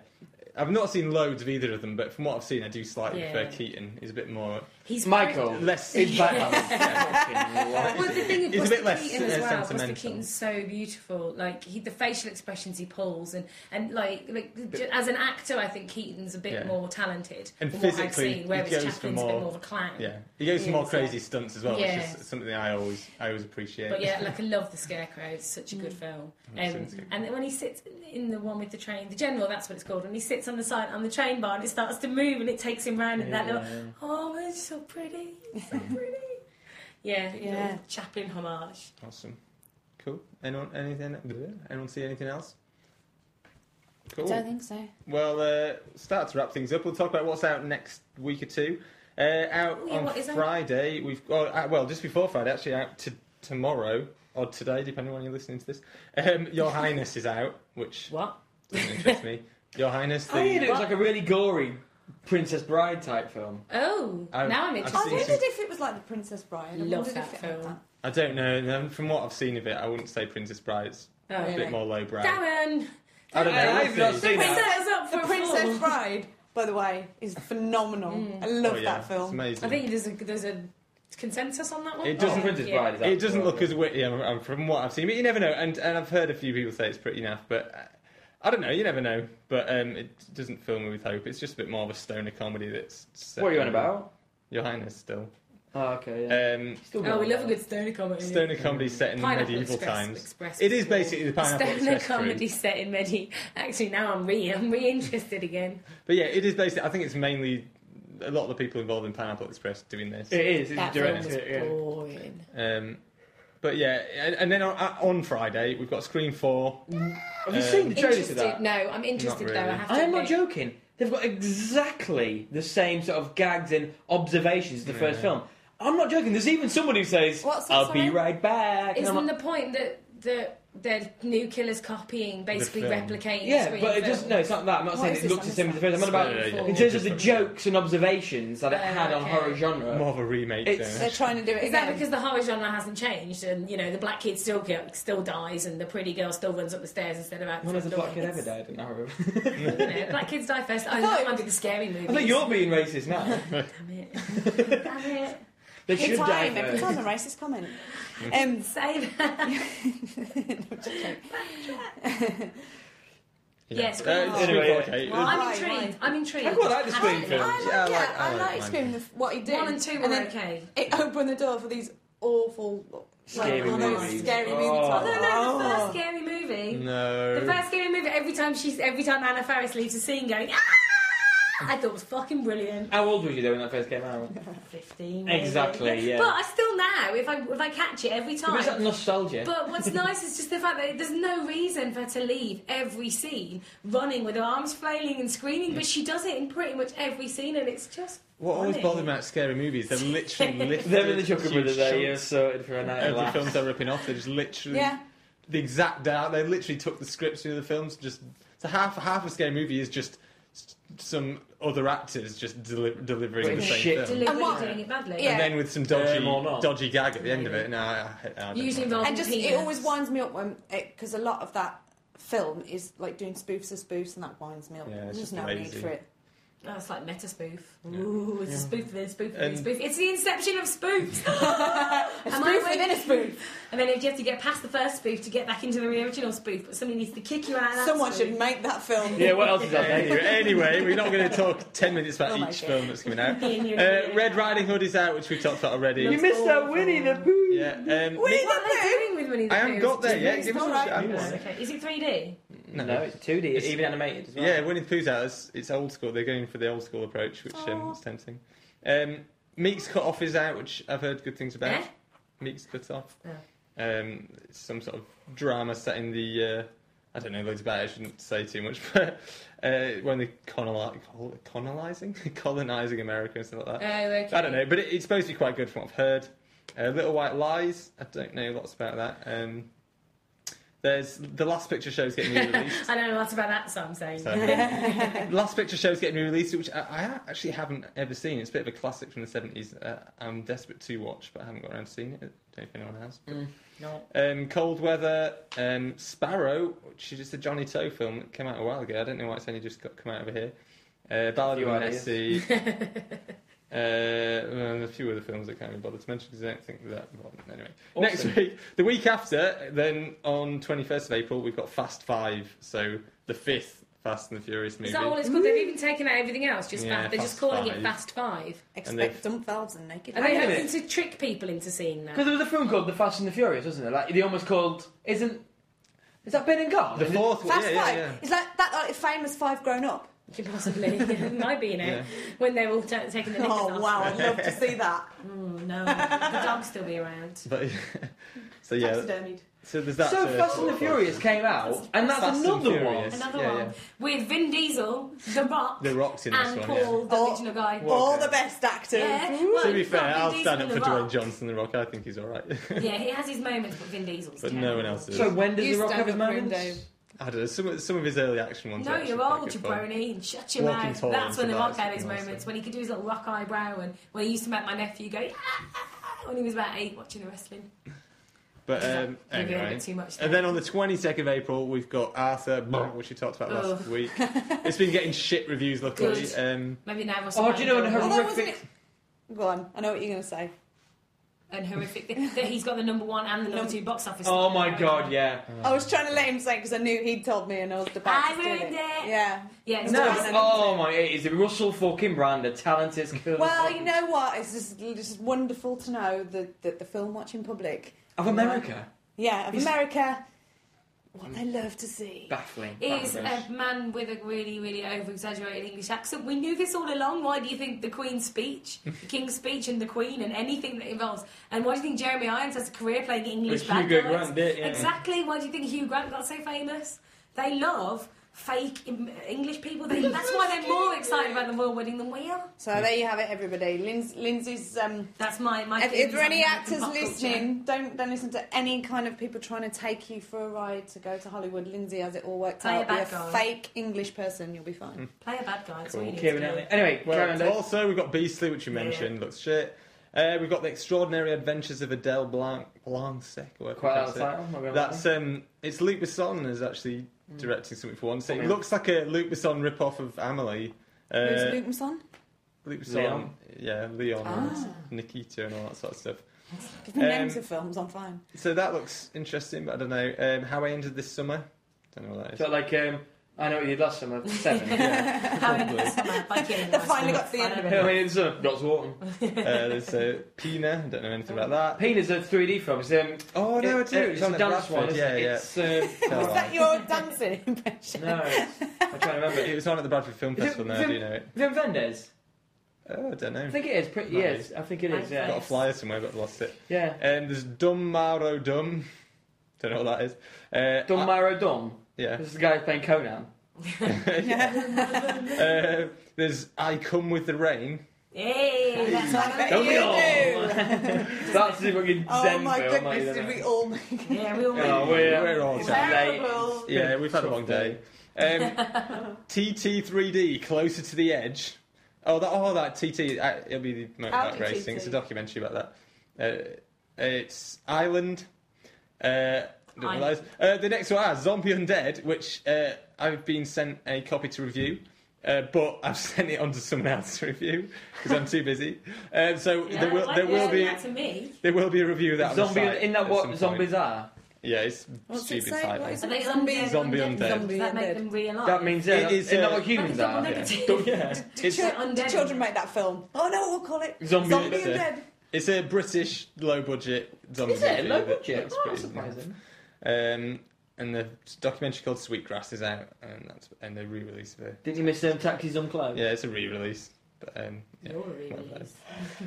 I've not seen loads of either of them, but from what I've seen, I do slightly
Yeah.
prefer Keaton. He's a bit more
He's
Michael.
less.
It's
(laughs)
Batman. (laughs)
Well,
(laughs)
the thing with
He's a
Buster
bit less,
Keaton as
uh,
well, Buster
sentimental.
Keaton's so beautiful. Like he, the facial expressions he pulls, and and like like j- as an actor, I think Keaton's a bit
Yeah.
more talented.
And
from what I've
physically,
seen,
he
whereas
goes for
Chaplin's a
more-
bit more of a clown.
Yeah, he goes for
He
more
is,
crazy stunts as well,
Yeah.
which is something I always I always appreciate.
But yeah, like I love the Scarecrow. It's such a good
Mm.
film.
I've seen
Um,
Scarecrow.
and then when he sits in the one with the train, the general, that's what it's called. When he sits on the side on the train bar and it starts to move and it takes him round, and that little oh, it's so pretty, it's so pretty. Yeah,
Yeah.
yeah. Chaplin homage.
awesome, cool. Anyone anything? Anyone see anything else? Cool.
I don't think so.
Well, uh, start to wrap things up. We'll talk about what's out next week or two. Uh, out
Oh, yeah,
on
what is out?
Friday, we've oh, uh, well just before Friday, actually out to tomorrow or today, depending on when you're listening to this. Um,
(laughs)
Your Highness is out, which
What? Oh,
doesn't interest me. Your Highness, the,
I heard it was like a really gory Princess Bride type film.
Oh,
I've-
now I'm
I've
interested.
I
seen
wondered
some-
if it was like the Princess Bride. I
Love
wondered
that
if it had
film.
that.
I don't know. um, From what I've seen of it, I wouldn't say Princess Bride. It's
Oh,
a bit more lowbrow.
Darren,
I don't know.
I-
we'll
I've not
see.
seen
set
that.
us up for
The
a fall.
Princess Bride, by the way, is phenomenal.
Mm.
I love
Oh, yeah,
that
It's
film.
amazing.
I think there's a there's a consensus on that one.
It doesn't-
Oh, Princess
Yeah.
Bride is
It doesn't look
absolutely-
as witty um, um, from what I've seen, but you never know. And and I've heard a few people say it's pretty naff, but uh, I don't know. You never know. But um, it doesn't fill me with hope. It's just a bit more of a stoner comedy. That's set
What are you on
in
about?
Your Highness, still.
Oh, okay. Yeah.
Um,
Still
Oh, we
going.
love a good stoner comedy.
stoner comedy set in
Pineapple
medieval
Express-
times.
Express
It is
was
basically the Pineapple
Stoner
Express crew.
comedy set in Medi. Actually, now I'm re I'm reinterested again.
But yeah, it is basically. I think it's mainly a lot of the people involved in Pineapple Express doing this.
It is. It's
That film was
directed. Yeah.
boring.
Um, but yeah, and, and then on, uh, on Friday we've got Screen Four.
Have
Uh,
you seen the trailer to
Interested?
that?
No, I'm interested
Not
though. I
really.
have to.
I am not
admit.
joking. They've got exactly the same sort of gags and observations as the first
Yeah.
film. I'm not joking. There's even someone who says,
What's that,
"I'll be
sorry?
right back." and I'm
Isn't
like,
the point that the the new killer's copying basically
film.
replicating?
yeah,
screen
but it
film?
doesn't. No, it's not that. I'm not
What
saying
is
it
this
looks the same as the first. I'm
on
on about
Yeah, yeah,
in
yeah.
terms of the
Oh, Just like-
jokes and observations that it
Oh,
had on
okay.
horror genre.
More of a remake.
It's-
than a-
They're trying to do it
Is that
again.
because the horror genre hasn't changed and you know the black kid still go, still dies and the pretty girl still runs up the stairs instead of out?
When has a
the
black kid
door?
ever died in horror?
It's- you know, (laughs) black kids
(laughs)
die first. Oh,
thought
that
it-
might be the scary movie.
I think you're being racist now.
Damn it!
(laughs)
Damn it!
They
Every
should
time,
die
every
first.
time a
(laughs)
racist comment. um, (laughs)
Save that.
Yeah.
Yes,
Uh,
Screen
it's
Four.
Screen
Anyway,
Four, okay.
Well,
I'm
Why,
intrigued.
why?
I'm intrigued.
I quite like the
I,
Screen
I
films.
like
Yeah, I
it.
like- I
I
like
like
mine.
Scream, the f- what he did.
One and two were
and then
okay.
It opened the door for these awful,
Scary
like,
movies.
Scary movies.
Oh.
No, no, the first
Oh.
scary movie. The
No.
first scary movie. Every time she's, every time Anna Faris leaves a scene, going, ah! I thought it was fucking brilliant.
How old were you though when that first came out?
15.
Exactly,
maybe.
yeah.
But I still now, if I if I catch it every
But
time.
it's that nostalgia.
But (laughs) what's nice is just the fact that there's no reason for her to leave every scene running with her arms flailing and screaming, but she does it in pretty much every scene, and it's just.
What always
funny.
bothered me about scary movies, they're literally lifted.
They're in the Chucker
huge
Brothers area,
chunks.
so for a night of
Every
laughs.
film they're ripping off, they're just literally
Yeah.
the exact doubt. They literally took the scripts from the other films. Just so half half a scary movie is just s- some other actors just deli- delivering
Putting
the same
shit
film.
Deliberately
what-
doing it badly.
yeah.
And then with some dodgy,
Um, or not.
dodgy gag at the end of it. No, I, I, I don't
Usually
know.
involves
and just it always winds me up when because a lot of that film is like doing spoofs of spoofs, and that winds me up.
Yeah, it's
There's
just
no need
lazy.
for it.
Oh, it's like meta spoof. Ooh, it's a spoof within a spoof within a
And-
spoof. It's the inception of (laughs) spoofs.
A
Am I
spoof
with-
within a spoof.
and then if you have to get past the first spoof to get back into the original spoof, but somebody needs to kick you out. Of that
Someone
spoof.
should make that film.
Yeah, what else is out there?
Anyway,
(laughs)
anyway, we're not going to talk 10 minutes about
Oh my
each
God.
film that's coming
(laughs)
out.
In your
Uh,
ear.
Red Riding Hood is out, which we talked about already.
You missed out Winnie the Pooh.
yeah, um,
Winnie
What are they doing with Winnie the
I
Pooh?
haven't got there
Just
yet.
movies,
Give us
not
a
right
shot.
now.
Give
Okay. Is it 3D?
no.
No, it's 2D. It's
It's-
even animated as well.
Yeah, Winnie the Pooh's out. It's, it's old school. They're going for the old school approach, which um,
Aw.
is tempting. Um, Meek's Cut Off is out, which I've heard good things about.
Eh?
Meek's Cut Off.
Oh.
Um, it's some sort of drama set in the. Uh, I don't know loads about it, I shouldn't say too much, (laughs) but uh, when they're colonizing, colonizing? (laughs) colonizing America and stuff like that.
Oh, okay.
Uh, I don't know, but it, it's supposed to be quite good from what I've heard. Uh, Little White Lies, I don't know lots about that. Um, there's The Last Picture Show's getting re released.
(laughs) I don't know lots about that, so I'm saying. (laughs)
So, Last Picture Show's getting re-released, which I, I actually haven't ever seen. It's a bit of a classic from the seventies. Uh, I'm desperate to watch, but I haven't got around to seeing it. Don't know if anyone has.
No.
Um, Cold Weather, um, Sparrow, which is just a Johnny Toe film that came out a while ago. I don't know why it's only just got come out over here. Uh, Ballad
Few
of
ideas.
Nessie. Uh, and a few other films I can't even bother to mention because I don't think they're that important. Anyway,
Awesome.
next week, the week after, then on 21st of April, we've got Fast Five, so the fifth Fast and the Furious movie.
Is that all it's called? They've even taken out everything else. Just
Yeah,
fast, they're just
Fast
calling
Five.
it Fast Five.
they've-
Expect dumbbells and naked.
Are
Hang
they
on a
hoping to trick people into seeing that?
Because there was a film called The Fast and the Furious, wasn't there? Like they almost called isn't is that Ben and Gar?
The fourth one,
Fast
yeah, yeah,
Five.
yeah.
It's like that like, famous Five Grown Up.
(laughs) Possibly. it might be, you know,
Yeah.
when they're all ta taking the knickers
Oh
off.
wow, I'd love to see that.
Oh, no. the dog's still be around.
But (laughs) so (laughs) yeah,
Taxidermied.
so there's that.
so
to-
Fast and the Furious came out, and that's
Fast and
another one.
Furious.
Another
Yeah,
one.
yeah.
With Vin Diesel, The Rock,
The Rock's in this
and
one.
Paul, the
Oh.
original guy.
Well,
All
okay.
the best actors.
Yeah.
Yeah.
Well,
To be
it's not
fair,
Vin
I'll
Diesel
stand up
and
for
The
Dwayne
Rock.
Johnson. The Rock, I think he's all right.
Yeah, he has his moments, but Vin Diesel's
But no
terrible.
one else is.
So when does
You
The Rock
stand
have his
up for him,
moments?
Dave.
(laughs) I don't know. Some some of his early action ones. are
No,
actually
you're
quite
old,
good
you
fun.
brony, and shut your
Walking
mouth.
tall
That's when
and
the rock
that
had his
is awesome.
moments, when he could do his little rock eyebrow, and when he used to make my nephew go, "Ah," when he was about eight watching the wrestling.
But um,
Is that maybe a
anyway.
bit too much
And then on the 22nd of April, we've got Arthur, (laughs) which we talked about last
(laughs)
week. It's been getting shit reviews, luckily.
Good.
Um,
Maybe now we'll
Or Oh, do you know in
Although
horrific
wasn't it? Go on. I know what you're going to say.
and horrific that that he's got the number one and the number
Num-
two box office.
Oh my god, yeah.
Uh.
I was trying to let him say because I knew he'd told me, and I was about
I
to steal
ruined it.
Yeah.
Yeah, it's
No.
no.
Oh my it is Russell fucking Brand, a talented film.
Well, you know what? It's just, it's just wonderful to know that, that the film watching public,
Of America.
yeah, of
He's-
America, what they love to see.
Baffling.
Is
Baffling.
a man with a really, really over exaggerated English accent. We knew this all along. Why do you think the
(laughs)
Queen's speech, the King's speech, and the Queen, and anything that involves. And why do you think Jeremy Irons has a career playing English
With
bad
Hugo
guys?
Grant, did- yeah.
Exactly. Why do you think Hugh Grant got so famous? They love fake em- English people. They, that's why they're more excited about the royal wedding than we are.
So there you have it, everybody. Linds- Lindsay's. Um,
That's my my.
if, if
feelings
there are
on
any
American
actors
pop culture.
listening, don't don't listen to any kind of people trying to take you for a ride to go to Hollywood. Lindsay has it all worked
Play a
out. Be
bad
a
guy.
fake English person, you'll be fine.
play a bad guy. That's all you need to
Kieran
do.
Elliott. Anyway, Karen
well,
Dave.
also, we've got Beastly, which you mentioned, looks shit. Uh, we've got The Extraordinary Adventures of Adele Blanc, Blancsec, or whatever
Quite
you
out of
pronounce it.
title, not gonna
That's
lie.
um, it's Luc Besson is actually directing something for once. It
Come in.
looks like a Luc Besson rip-off of Amelie.
Who's
Uh,
Luke Besson?
Luc Besson,
Leon.
yeah, Leon,
Ah.
and Nikita, and all that sort of stuff.
Give me
Um,
names of films,
(laughs)
I'm fine.
So that looks interesting, but I don't know um, how I ended this summer. Don't know what that is.
So like um I know what you did last
(laughs)
summer, seven. yeah.
They
They finally got to the end of
I mean, it's uh, Ross Walton.
uh, there's uh, Pina. Don't know anything about that.
Pain is a 3D film. It's, um,
Oh no, I
it-
do.
It's on
in
dance one.
Bradford.
Isn't
Yeah,
it?
yeah.
It's, um,
Tell
Is that
lies.
your dancing impression?
no, it's, I'm trying to remember.
It was on at the Bradford Film
Is it-
Festival. Now
is it-
do you know it?
Vim Vendez.
Oh, I don't know.
I think it is. Pretty,
Might
yes, I think it is.
Got
Yeah.
a flyer somewhere, but I've lost it.
Yeah.
Um, there's Dumb Mauro Dumb. Don't know what that is. Uh,
Don
I-
Myro Dom.
yeah.
This is the guy playing Conan.
Uh, there's I Come with the Rain.
(laughs) Hey, that's
I bet
Don't
you
we all? (laughs)
do.
That's the fucking
Oh
Zen
my
film. like,
goodness,
isn't
did we
it?
all make
Yeah, we all
Oh,
we're all
it's
down.
late.
Terrible.
Yeah, we've had a long day. Um, TT3D, Closer to the Edge. Oh, that, oh, that TT, uh, it'll be the
I'll
motorbike
do
racing. It's a
TT.
documentary about that. Uh, it's Island. Uh, didn't realise. Uh, the next one is Zombie Undead, which uh, I've been sent a copy to review. Uh, but (laughs) I've sent it on to someone else to review because I'm too busy. Um, so
Yeah,
there will
why
there
did you
will
send
be
that to me.
there will be a review of that.
Zombie,
on the site
isn't that
at some
what
point.
zombies are?
Yeah, it's
What's it
stupid
say?
title.
What is
Are they
Zombie-
undead?
Zombie undead.
Does that make
Zombie
them realise?
That means yeah,
It is,
isn't that
uh,
what humans
That is
are?
double
Yeah.
(laughs)
negative.
Don't- yeah.
Did,
(laughs)
It's,
Sure.
chil- did children make that film? Oh no, we'll call it
Zombie
Zombie
Undead.
Undead.
it's a British low budget zombie
Is it
movie
low
that
budget?
looks
Oh, that's
pretty-
surprising.
Um, and the documentary called Sweetgrass is out, and that's and the re-release of it.
Did you miss them taxis on cloud?
Yeah, it's a re-release. But, um, yeah.
You're really
Not bad.
nice.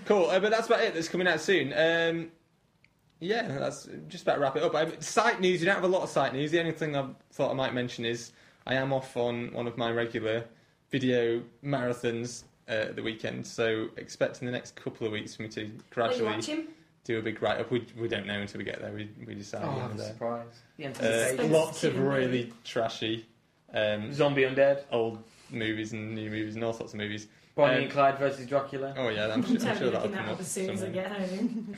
Cool, uh, but that's about it. That's coming out soon. Um, yeah, that's just about wrap it up. Um, site news. You don't have a lot of site news. The only thing I thought I might mention is I am off on one of my regular video marathons uh, at the weekend. So expect in the next couple of weeks for me to
Will you
gradually
watch (laughs) him?
do a big write up. We, we don't know until we get there. We we decide.
Oh,
when
I'm
we're there.
surprised. The
Oh,
Uh,
anticipation.
Suspense.
lots of really trashy um,
Zombie undead.
old movies and new movies and all sorts of movies.
Bonnie
Um,
and Clyde versus Dracula.
Oh yeah, I'm,
(laughs) I'm
sure- I'm
totally
sure that'll
looking
come
that
up
up as soon as I
somewhere.
get home.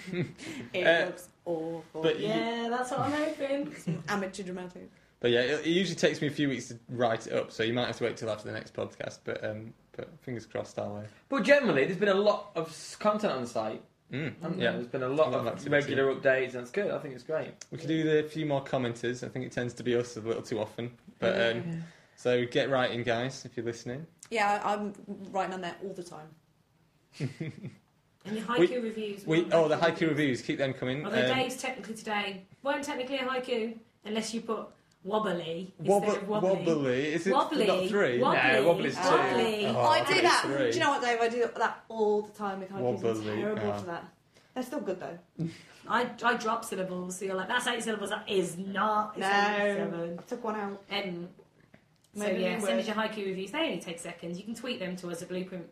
(laughs)
It
Uh,
looks awful.
but you-
Yeah, that's what I'm hoping.
Amateur dramatic.
But yeah, it, it usually takes me a few weeks to write it up, so you might have to wait till after the next podcast. But um, but fingers crossed, I'll. Uh,
But generally, there's been a lot of s- content on the site.
mm.
hasn't
Yeah.
there? There's been
A
a lot
lot of
of
activity.
regular updates, and it's good. I think it's great.
We could do the few more commenters. I think it tends to be us a little too often. But um, so get writing, guys, if you're listening. (laughs)
yeah, I'm writing on there all the time.
And your haiku reviews.
We
want
oh the haiku reviews, keep them coming.
Although
Um,
Dave's technically today weren't technically a haiku unless you put wobbly instead
wobble,
of
wobbly.
wobbly.
Is it
Wobbly.
not three?
Wobbly.
No, wobbly's two.
Wobbly.
Oh,
Uh, I
okay.
do that.
Three.
Do you know what, Dave? I do that all the time with haikus.
Wobbly,
I'm terrible
ah.
for that. They're still good though.
I, I drop syllables, so you're like, that's eight syllables. That is not. It's
No.
only seven.
I took one out.
Um, so
Maybe
yeah,
we
send us
will.
your haiku reviews. They only take seconds. You can tweet them to us at Blueprint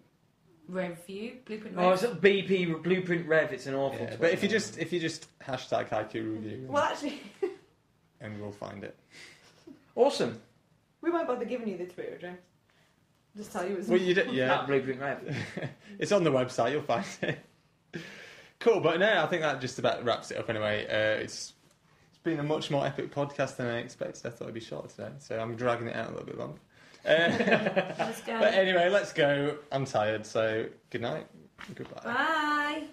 Review. Blueprint
Oh,
Rev.
it's not BP Blueprint Rev. It's an awful.
Yeah,
Twitter
but if you
name.
just if you just hashtag haiku review,
Well, actually, (laughs)
and we'll find it.
awesome.
we won't bother giving you the Twitter address. Just tell you it's.
Well, you do, yeah.
At Blueprint Rev.
(laughs) it's on the website. You'll find it. Cool, but no, I think that just about wraps it up. Anyway, uh, it's it's been a much more epic podcast than I expected. I thought it'd be shorter today, so I'm dragging it out a little bit longer. Uh, (laughs)
Let's go.
but anyway, let's go. I'm tired, so good night. Goodbye.
Bye.